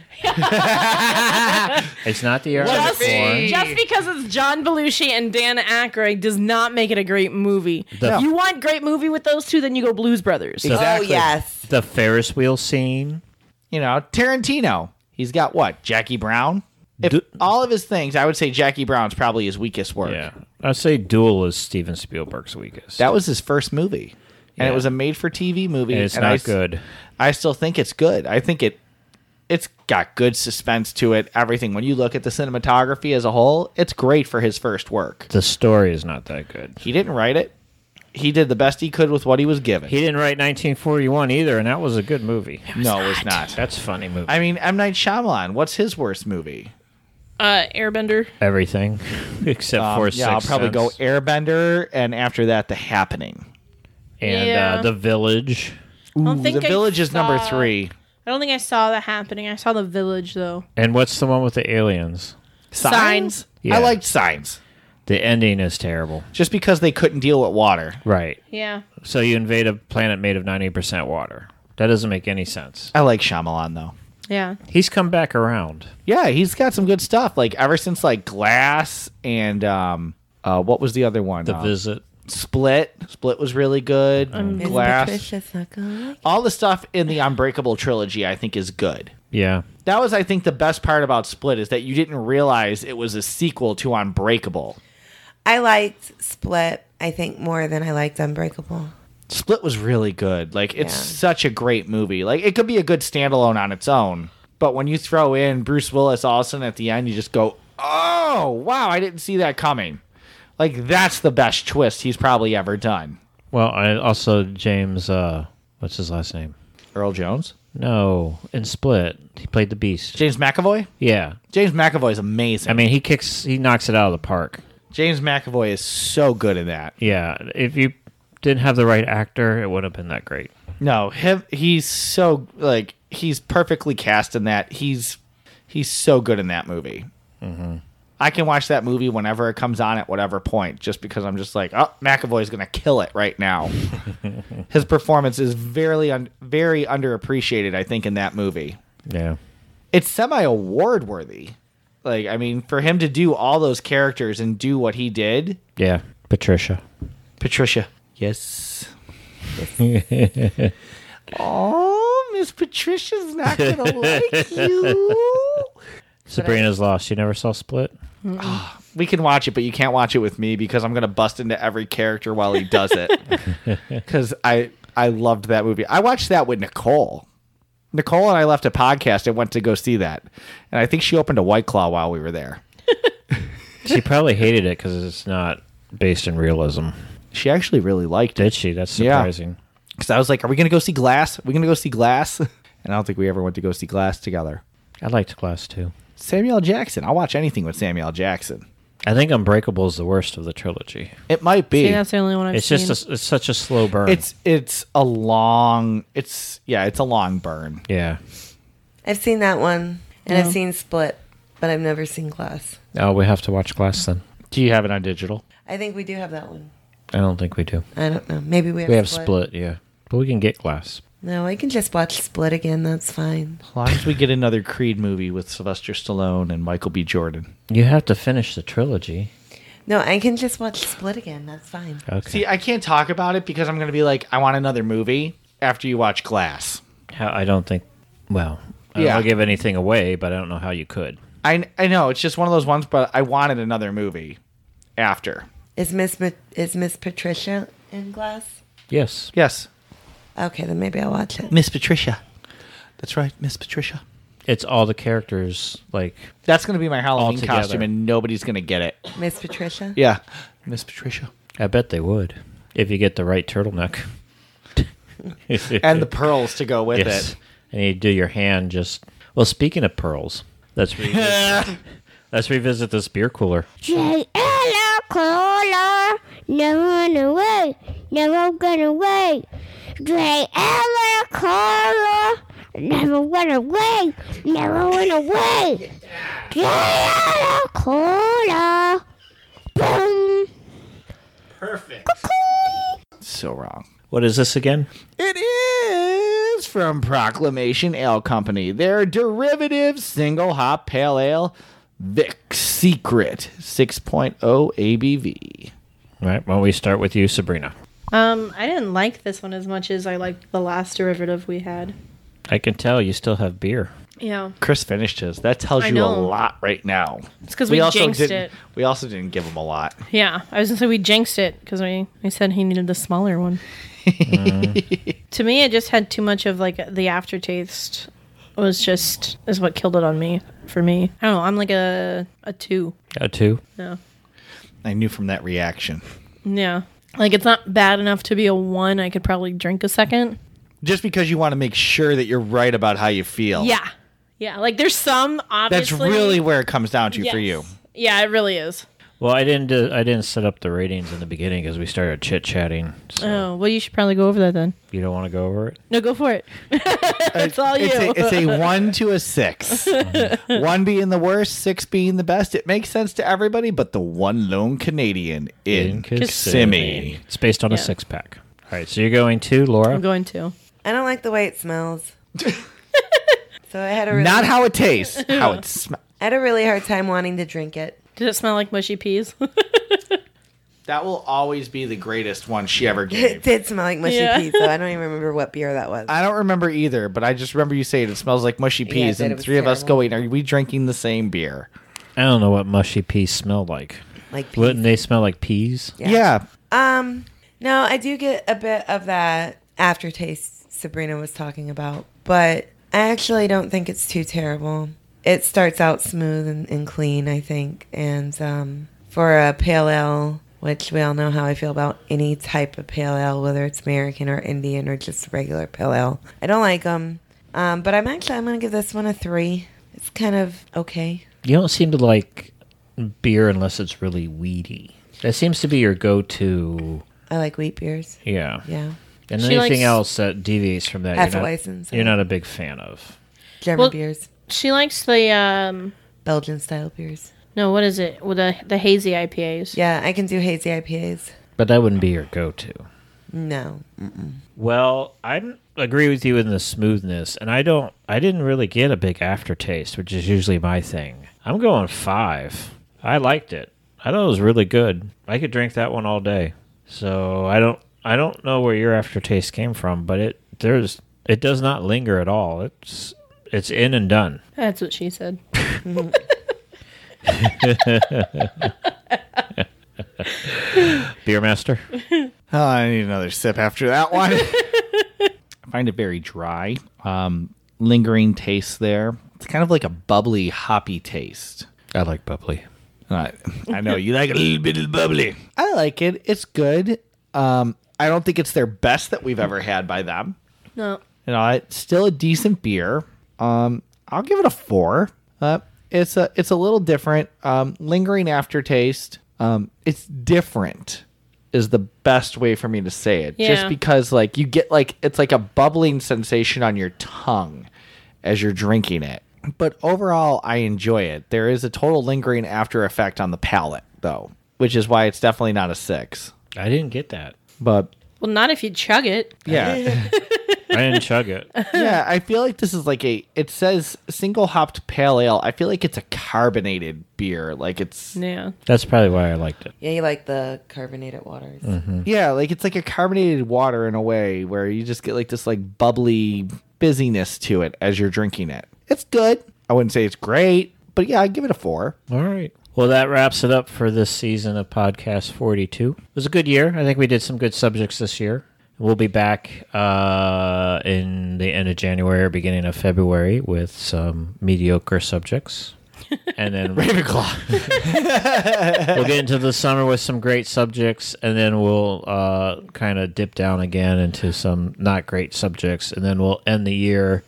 S8: It's not the era
S6: Just,
S8: before.
S5: Oh,
S6: just because it's John Belushi and Dan Aykroyd does not make it a great movie.
S8: The-
S6: You want great movie with those two, then you go Blues Brothers.
S8: The-
S5: Oh yes,
S8: The Ferris wheel scene.
S2: You know, Tarantino, he's got what? Jackie Brown? If
S8: Du-
S2: all of his things, I would say Jackie Brown's probably his weakest work.
S8: Yeah. I'd say Duel is Steven Spielberg's weakest.
S2: That was his first movie. And
S8: Yeah.
S2: it was a made for TV movie.
S8: and it's
S2: and
S8: not
S2: I s-
S8: good.
S2: I still think it's good. I think it it's got good suspense to it, everything. When you look at the cinematography as a whole, it's great for his first work.
S8: The story is not that good.
S2: He didn't write it. He did the best he could with what he was given.
S8: He didn't write 1941 either, and that was a good movie.
S2: no, it's not.
S8: That's a funny movie.
S2: I mean, M Night Shyamalan. What's his worst movie?
S6: Uh, Airbender.
S8: Everything *laughs* except
S2: Um,
S8: for
S2: yeah, I'll
S8: Sixth
S2: probably go
S8: Sense
S2: Airbender, and after that, The Happening.
S8: and
S6: Yeah.
S8: uh, The Village
S2: Ooh,
S6: don't think
S2: The
S6: I
S2: Village is number
S6: saw-
S2: three.
S6: I don't think I saw that happening. I saw The Village though.
S8: and what's the one with the aliens?
S6: Signs?
S8: Yeah.
S2: I liked Signs
S8: The ending is terrible.
S2: just because they couldn't deal with water.
S8: Right.
S6: Yeah.
S8: So you invade a planet made of 90% water. That doesn't make any sense.
S2: I like Shyamalan though.
S6: Yeah.
S8: He's come back around.
S2: Yeah, he's got some good stuff. Like ever since like Glass and um, uh, what was the other one?
S8: The
S2: Uh,
S8: visit.
S2: Split. Split was really good.
S5: Miss
S2: Glass.
S5: Patricia's not gonna like
S2: All the stuff in the Unbreakable trilogy, I think, is good.
S8: Yeah.
S2: That was, I think, the best part about Split is that you didn't realize it was a sequel to Unbreakable.
S5: I liked Split, I think, more than I liked Unbreakable.
S2: Split was really good. Like, it's
S5: Yeah.
S2: such a great movie. Like, it could be a good standalone on its own. But when you throw in Bruce Willis all of a sudden at the end, you just go, oh, wow, I didn't see that coming. Like, that's the best twist he's probably ever done.
S8: Well, I also James uh what's his last name?
S2: Earl Jones?
S8: No, in Split, he played the Beast.
S2: James McAvoy?
S8: Yeah.
S2: James McAvoy is amazing.
S8: I mean, he kicks he knocks it out of the park.
S2: James McAvoy is so good in that.
S8: Yeah, if you didn't have the right actor, it wouldn't have been that great.
S2: No, him. He's so like he's perfectly cast in that. He's he's so good in that movie. Mm-hmm. I can watch that movie whenever it comes on at whatever point, just because I'm just like, oh, McAvoy's gonna kill it right now. His performance is very un- very underappreciated, I think, in that movie.
S8: Yeah.
S2: It's semi award worthy. Like, I mean, for him to do all those characters and do what he did,
S8: Yeah. Patricia.
S2: Patricia. Yes. *laughs* oh, Miss Patricia's not gonna like you.
S8: Sabrina's lost. You never saw Split?
S2: We can watch it, but you can't watch it with me because I'm gonna bust into every character while he does it. Because I I loved that movie. I watched that with Nicole. Nicole and I left a podcast and went to go see that, and I think she opened a White Claw while we were there.
S8: She probably hated it because it's not based in realism.
S2: She actually really liked it
S8: Did she? That's
S2: Yeah.
S8: surprising.
S2: because I was like, "Are we gonna go see Glass? Are we gonna go see Glass?" *laughs* And I don't think we ever went to go see Glass together.
S8: I liked Glass too.
S2: Samuel L. Jackson. I'll watch anything with Samuel L. Jackson.
S8: I think Unbreakable is the worst of the trilogy.
S2: It might be.
S6: that's the only one I've
S8: it's
S6: seen.
S8: just a, it's such a slow burn.
S2: It's it's a long. It's yeah. It's a long burn.
S8: yeah.
S5: I've seen that one, and
S6: No.
S5: I've seen Split, but I've never seen Glass.
S8: Oh, we have to watch Glass then.
S2: Do you have it on digital?
S5: I think we do have that one.
S8: I don't think we do.
S5: I don't know. Maybe we have,
S8: We have Split, yeah, but we can get Glass.
S5: No, I can just watch Split again. That's fine.
S2: As long as we get another Creed movie with Sylvester Stallone and Michael B. Jordan.
S8: You have to finish the trilogy.
S5: No, I can just watch Split again. That's fine.
S8: Okay.
S2: See, I can't talk about it because I'm going to be like, I want another movie after you watch Glass.
S8: How, I don't think. Well, I
S2: Yeah.
S8: don't give anything away, but I don't know how you could.
S2: I I know it's just one of those ones, but I wanted another movie after.
S5: Is Miss Ma- is Miss Patricia in Glass?
S8: Yes.
S2: Yes,
S5: Okay, then maybe I'll watch it.
S2: Miss Patricia. That's right, Miss Patricia.
S8: It's all the characters like
S2: That's going to be my Halloween
S8: Altogether.
S2: costume, and nobody's going to get it.
S5: Miss Patricia.
S2: Yeah, Miss Patricia.
S8: I bet they would if you get the right turtleneck
S2: *laughs* And
S8: *laughs*
S2: the pearls to go with
S8: yes. And you do your hand just. Well, speaking of pearls,
S2: *laughs*
S8: let's revisit, let's revisit this beer cooler.
S9: Hello, Cola. Never run away. Never gonna wait. Drink Hello, Cola. Never run away. Never run away. Drink Hello, Cola. Boom.
S2: it. So wrong.
S8: What is this again?
S2: It is from Proclamation Ale Company. Their derivative single hop pale ale, Vic Secret, 6.0 ABV.
S8: All right. Why don't we start with you, Sabrina?
S6: um, I didn't like this one as much as I liked the last derivative we had.
S8: I can tell you still have beer.
S6: Yeah,
S2: Chris finished his. That tells
S6: I
S2: you a
S6: know.
S2: lot right now.
S6: it's because we, jinxed
S2: didn't,
S6: it.
S2: We also didn't give him a lot.
S6: Yeah, I was gonna say we jinxed it because we, we said he needed the
S2: *laughs*
S6: smaller one. to me, it just had too much of like the aftertaste. Was just is what killed it on me for me. I don't know. I'm like a a two.
S8: A two.
S6: Yeah,
S2: I knew from that reaction.
S6: yeah. Like it's not bad enough to be a one. I could probably drink a second.
S2: Just because you want to make sure that you're right about how you feel.
S6: Yeah, yeah. Like there's some
S2: That's
S6: obviously.
S2: really where it comes down to
S6: Yes.
S2: for you.
S6: Yeah, it really is.
S8: Well, I didn't. Do, I didn't set up the ratings in the beginning because we started chit chatting. So
S6: Oh well, you should probably go over that then.
S8: you don't want to go over it.
S6: No, go for it. *laughs* it's all you.
S2: Uh, It's a,
S5: *laughs*
S2: it's
S6: *laughs*
S2: a one to a six. one being the worst, six being the best. It makes sense to everybody, but the one lone Canadian in Kissimmee.
S8: It's based on a
S6: Yeah.
S8: six pack. All right. So you're going to Laura.
S6: I'm going to.
S5: I don't like the way it smells. so I had a really,
S2: Not how
S5: *laughs*
S2: it tastes, how it smells.
S5: I had a really hard time wanting to drink it.
S6: Did it smell like mushy peas? *laughs*
S2: That will always be the greatest one
S5: *laughs*
S2: she ever
S5: It
S2: gave.
S5: did smell like mushy
S6: Yeah.
S5: peas, though. I don't even remember what beer that was.
S2: I don't remember either, but I just remember you saying it smells like mushy
S5: it
S2: peas,
S5: did. It
S2: and
S5: was
S2: three of us
S5: terrible.
S2: going, "Are we drinking the same beer?"
S8: I don't know what mushy peas smell like.
S5: like peas.
S8: Wouldn't they smell like peas?
S5: Yeah. Um, no, I do get a bit of that aftertaste Sabrina was talking about, but I actually don't think it's too terrible. It starts out smooth and, and clean, I think. And um, for a pale ale, which we all know how I feel about any type of pale ale, whether it's American or Indian or just regular pale ale, I don't like them. Um, but I'm actually I'm gonna give this one a three. It's kind of okay.
S8: You don't seem to like beer unless it's really weedy. That seems to be your go-to.
S5: I like wheat beers.
S8: Yeah.
S5: Yeah,
S8: And
S6: She
S8: anything
S6: likes-
S8: else that deviates from that,
S5: Half a
S8: you're not,
S5: license,
S8: you're
S5: yeah.
S8: not a big fan of.
S5: German
S6: Well-
S5: beers,
S6: She likes the um
S5: Belgian style beers.
S6: no, what is it? Well, the the hazy IPAs.
S5: Yeah, I can do hazy IPAs.
S8: But that wouldn't be your go-to.
S5: No.
S8: Well, I agree with you in the smoothness, and I don't. I didn't really get a big aftertaste, which is usually my thing. I'm going five. I liked it. I thought it was really good. I could drink that one all day. So I don't. I don't know where your aftertaste came from, but it there's it does not linger at all. It's it's in and done.
S6: That's what she said.
S8: Beer master.
S2: Oh, I need another sip after *laughs* that one. I find it very dry. Um, lingering taste there. It's kind of like a bubbly, hoppy taste.
S8: I like bubbly.
S2: I, Uh, I know you like a little bit of the bubbly. I like it. It's good. Um, I don't think it's their best that we've ever had by them.
S6: No.
S2: You know, it's still a decent beer. Um, I'll give it a four. Uh, It's a it's a little different. Um, lingering aftertaste. Um, it's different is the best way for me to say it.
S6: Yeah.
S2: Just because like you get like it's like a bubbling sensation on your tongue as you're drinking it. But overall, I enjoy it. There is a total lingering after effect on the palate though, which is why it's definitely not a six.
S8: I didn't get that.
S2: But
S6: Well, not if you chug it.
S2: yeah.
S8: I didn't chug it.
S2: yeah, I feel like this is like a. It says single hopped pale ale. I feel like it's a carbonated beer. Like it's
S6: Yeah.
S8: That's probably why I liked it.
S5: Yeah, you like the carbonated waters.
S2: yeah, like it's like a carbonated water in a way where you just get like this like bubbly busyness to it as you're drinking it. It's good. I wouldn't say it's great, but yeah, I give it a four.
S8: All right. Well, that wraps it up for this season of Podcast 42. It was a good year. I think we did some good subjects this year. We'll be back uh, in the end of January or beginning of February with some mediocre subjects. And then Ravenclaw. *laughs* we'll get into the summer with some great subjects, and then we'll uh, kind of dip down again into some not great subjects, and then we'll end the year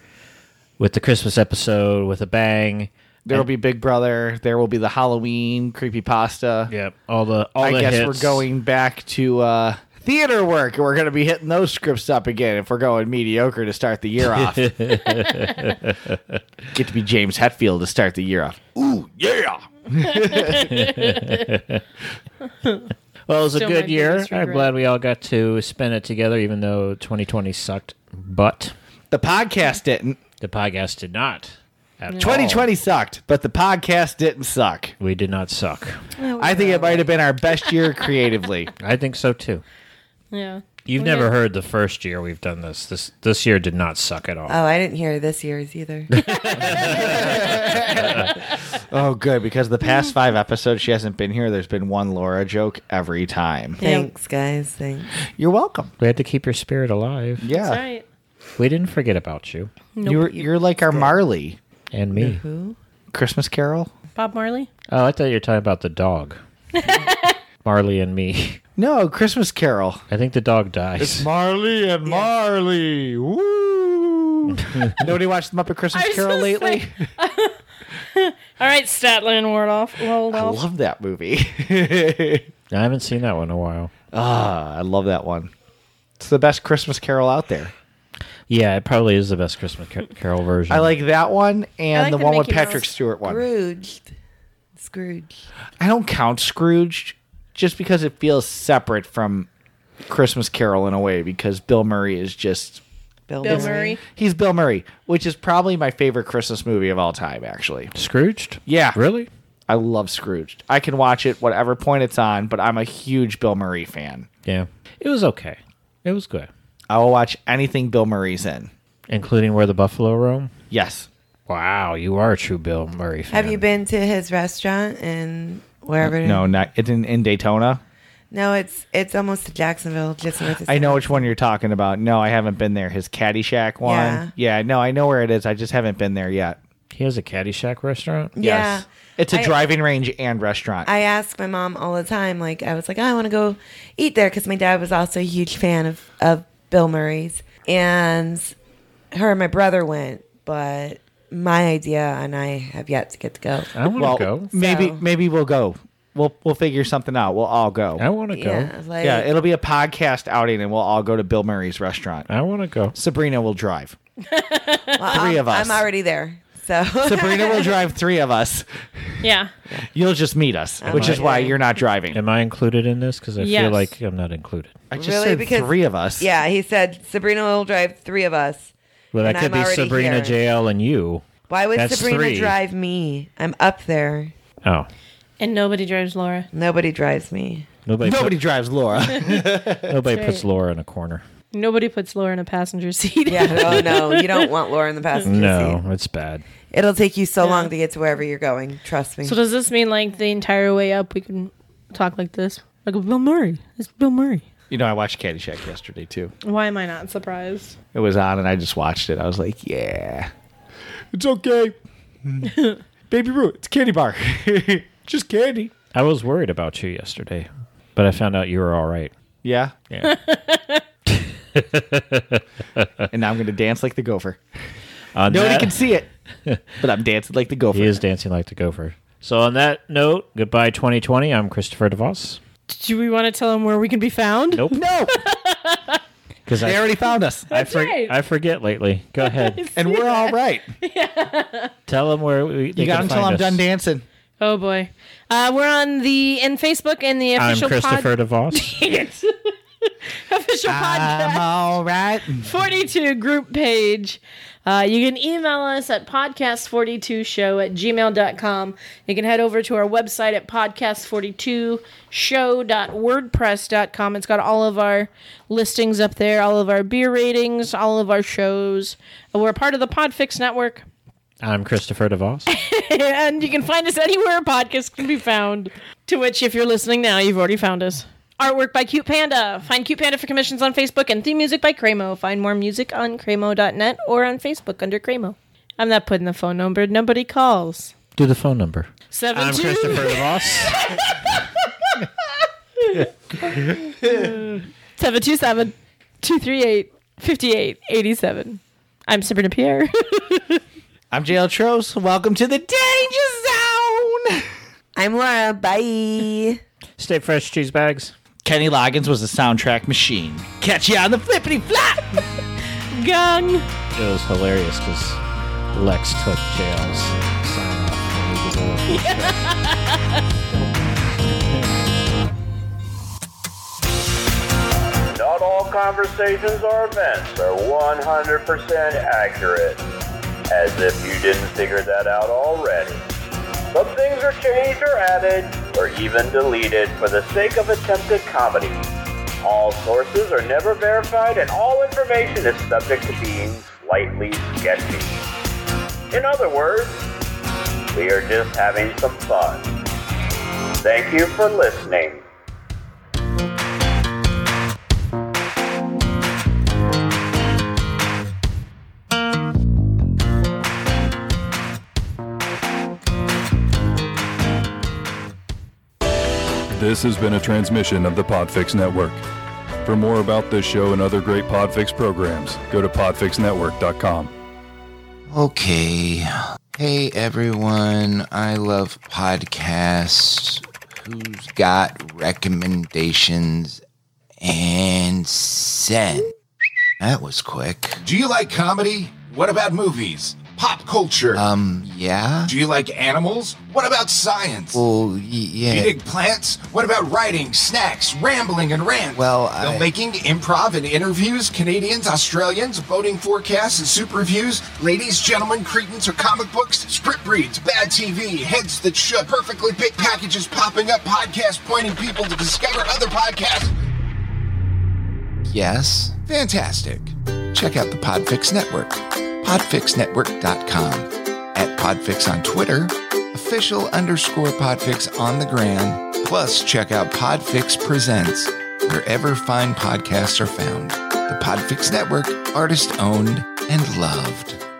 S8: with the Christmas episode with a bang.
S2: There will be Big Brother. There will be the Halloween creepy pasta.
S8: Yep. All the all
S2: I
S8: the
S2: guess
S8: hits.
S2: we're going back to uh, theater work. We're going to be hitting those scripts up again if we're going mediocre to start the year *laughs* off. Get to be James Hetfield to start the year off. Ooh, yeah.
S8: Well, it was
S6: Still
S8: a
S6: my
S8: good year.
S6: biggest
S8: I'm
S6: regret.
S8: glad we all got to spend it together, even though 2020 sucked. But
S2: The podcast didn't.
S8: the podcast did not. At all.
S2: 2020 sucked, but the podcast didn't suck.
S8: We did not suck.
S2: I think it might have been our best year creatively.
S8: I think so too.
S6: Oh, Yeah.
S8: You've
S6: We
S8: never
S6: did.
S8: heard the first year we've done this. This this year did not suck at all.
S5: Oh, I didn't hear this year's
S2: *laughs*
S5: either.
S2: *laughs* oh, good, because the past five episodes she hasn't been here, there's been one Laura joke every time.
S5: Thanks, guys.
S2: *laughs*
S5: Thanks.
S2: You're welcome.
S8: we had to keep your spirit alive.
S2: Yeah.
S6: That's right.
S8: We didn't forget about you
S2: You're, you're like our Marley.
S8: and me.
S2: Christmas Carol? *laughs*
S6: Bob Marley.
S8: Oh, I thought you were talking about
S6: *laughs*
S8: the dog. Marley and me.
S2: No, Christmas Carol.
S8: I think the dog dies.
S2: Marley and Marley. Woo! *laughs* Nobody watched the Muppet Christmas
S6: *laughs* I was
S2: Carol
S6: gonna
S2: lately?
S6: say- *laughs* All right, Statland Waldorf.
S2: I
S6: Waldorf.
S2: love that movie. *laughs*
S8: I haven't seen that one in a while.
S2: ah, I love that one. It's the best Christmas Carol out there.
S8: Yeah, it probably is the best Christmas Car- Carol version.
S2: I like that one and
S6: like
S2: the,
S6: the
S2: one with
S6: Mickey Mouse.
S2: Patrick Stewart one.
S5: Scrooged. Scrooge.
S2: I don't count Scrooge just because it feels separate from Christmas Carol in a way because Bill Murray is just
S6: Bill Murray.
S2: he's Bill Murray, which is probably my favorite Christmas movie of all time actually.
S8: Scrooged?
S2: Yeah.
S8: Really?
S2: I love Scrooged. I can watch it whatever point it's on, but I'm a huge Bill Murray fan.
S8: Yeah. It was okay. It was good.
S2: I will watch anything Bill Murray's in.
S8: Including Where the Buffalo Roam?
S2: Yes.
S8: Wow, you are a true Bill Murray fan.
S5: Have you been to his restaurant in wherever?
S2: No, not it's in, in Daytona.
S5: No, it's it's almost to Jacksonville, just north of
S2: I know which one you're talking about. No, I haven't been there. His Caddyshack one.
S5: Yeah.
S2: yeah, no, I know where it is. I just haven't been there yet.
S8: He has a Caddyshack restaurant?
S5: Yeah.
S2: It's a
S5: I-
S2: driving range and restaurant.
S5: I ask my mom all the time. Like I was like, oh, I want to go eat there because my dad was also a huge fan of of Bill Murray's, and her and my brother went, but my idea and I have yet to get to go.
S8: I want to
S2: well,
S8: go.
S2: maybe
S5: So-
S2: maybe we'll go. We'll we'll figure something out. We'll all go.
S8: I want to go.
S5: Yeah, like
S2: yeah, it'll be a podcast outing, and we'll all go to Bill
S5: *laughs*
S2: Murray's restaurant.
S8: I want to go.
S2: Sabrina will drive.
S5: well,
S2: three
S5: I'm-
S2: of us.
S5: I'm already there, so
S2: Sabrina will drive three of us.
S6: Yeah.
S2: You'll just meet us,
S5: Oh
S2: which is why you're not driving.
S8: Am I included in this? Because I feel
S6: Yes.
S8: like I'm not included.
S2: I just
S5: Really?
S2: said
S5: Because-
S2: three of
S5: *laughs*
S2: us.
S5: yeah, he said Sabrina will drive three of us.
S8: Well, that
S5: And
S8: could
S5: I'm
S8: be
S5: already
S8: Sabrina,
S5: here.
S8: JL, and you.
S5: Why would
S8: That's
S5: Sabrina
S8: three.
S5: drive me? I'm up there.
S8: Oh.
S6: And nobody drives Laura.
S5: Nobody drives me.
S8: Nobody, put-
S2: Nobody drives *laughs* Laura.
S8: nobody
S6: That's
S8: puts
S6: right.
S8: Laura in a corner.
S6: Nobody puts Laura in a passenger seat.
S5: Yeah. Oh no, you don't want Laura in the
S2: *laughs*
S5: passenger
S8: No,
S5: seat.
S8: it's bad.
S5: It'll take you so long to get to wherever you're going. Trust me.
S6: *laughs* So does this mean like the entire way up we can talk like this? Like Bill Murray. It's Bill Murray.
S2: you know, I watched Caddyshack yesterday too.
S6: Why am I not surprised?
S2: It was on, and I just watched it. I was like, yeah, it's *laughs* okay. Baby Root, it's candy bar. *laughs* just candy.
S8: I was worried about you yesterday, but I found out you were all right.
S2: Yeah.
S8: Yeah.
S2: And now I'm going to dance like the gopher.
S10: On
S2: Nobody
S10: that-
S2: can see it, *laughs* but I'm dancing like the gopher.
S10: He is dancing like the gopher. So on that note, goodbye 2020. I'm Christopher DeVos.
S6: Do we want to tell them where we can be found?
S10: Nope. *laughs*
S2: No,
S10: Because
S2: they
S10: I,
S2: already found us,
S10: I, for,
S6: right.
S10: I forget lately. Go
S6: *laughs*
S10: ahead.
S2: *laughs* and we're all right.
S10: Tell them where we, they
S2: You got
S10: can
S2: until
S10: find
S2: I'm
S10: us.
S2: done dancing.
S6: Oh boy, uh, we're on the and Facebook and the
S10: I'm
S6: official
S10: Christopher
S6: pod,
S10: DeVos.
S6: *laughs* official
S2: I'm
S6: podcast
S2: all right.
S6: 42 group page. Uh, you can email us at podcast42show at gmail.com. You can head over to our website at podcast42show.wordpress.com. It's got all of our listings up there, all of our beer ratings, all of our shows. We're part of the Podfix Network.
S10: I'm Christopher DeVos.
S6: and you can find us anywhere podcasts can be found. To which, if you're listening now, you've already found us. Artwork by Cute Panda. Find Cute Panda for commissions on Facebook and theme music by Cremo. Find more music on Cremo.net or on Facebook under Cremo. I'm not putting the phone number. Nobody calls.
S10: Do the phone number.
S6: 7
S10: I'm
S6: 2
S10: Christopher DeVos.
S6: 727 238 5887. I'm Sabrina *laughs* Pierre.
S2: I'm JL Tros. Welcome to the danger zone.
S5: I'm Laura. Bye.
S10: Stay fresh, cheese bags.
S2: Kenny Loggins was a soundtrack machine. Catch you on the flippity flop.
S6: Gung.
S10: It was hilarious because Lex took jails. Sign off. Legal.
S8: Not all conversations or events are 100% accurate, as if you didn't figure that out already. Some things are changed or added, or even deleted for the sake of attempted comedy. All sources are never verified, and all information is subject to being slightly sketchy. In other words, we are just having some fun. Thank you for listening.
S3: This has been a transmission of the Podfix Network. For more about this show and other great Podfix programs, go to podfixnetwork.com.
S9: Okay. Hey everyone, I love podcasts. Who's got recommendations and send? That was quick.
S8: Do you like comedy? What about movies? Pop culture?
S9: Um, yeah.
S8: Do you like animals? What about science?
S9: Well, y-
S8: Do you
S9: yeah.
S8: dig plants? What about writing, snacks, rambling, and rants?
S9: Well, I-
S8: Filmmaking, improv, and interviews, Canadians, Australians, boating forecasts and super views, ladies, gentlemen, cretins, or comic books, script reads, bad TV, heads that should, perfectly big packages popping up, podcasts pointing people to discover other podcasts.
S9: Yes.
S8: Fantastic.
S9: Check out the Podfix Network. Podfixnetwork.com. At Podfix on Twitter. Official underscore Podfix on the gram. Plus, check out Podfix Presents, wherever fine podcasts are found. The Podfix Network, artist owned and loved.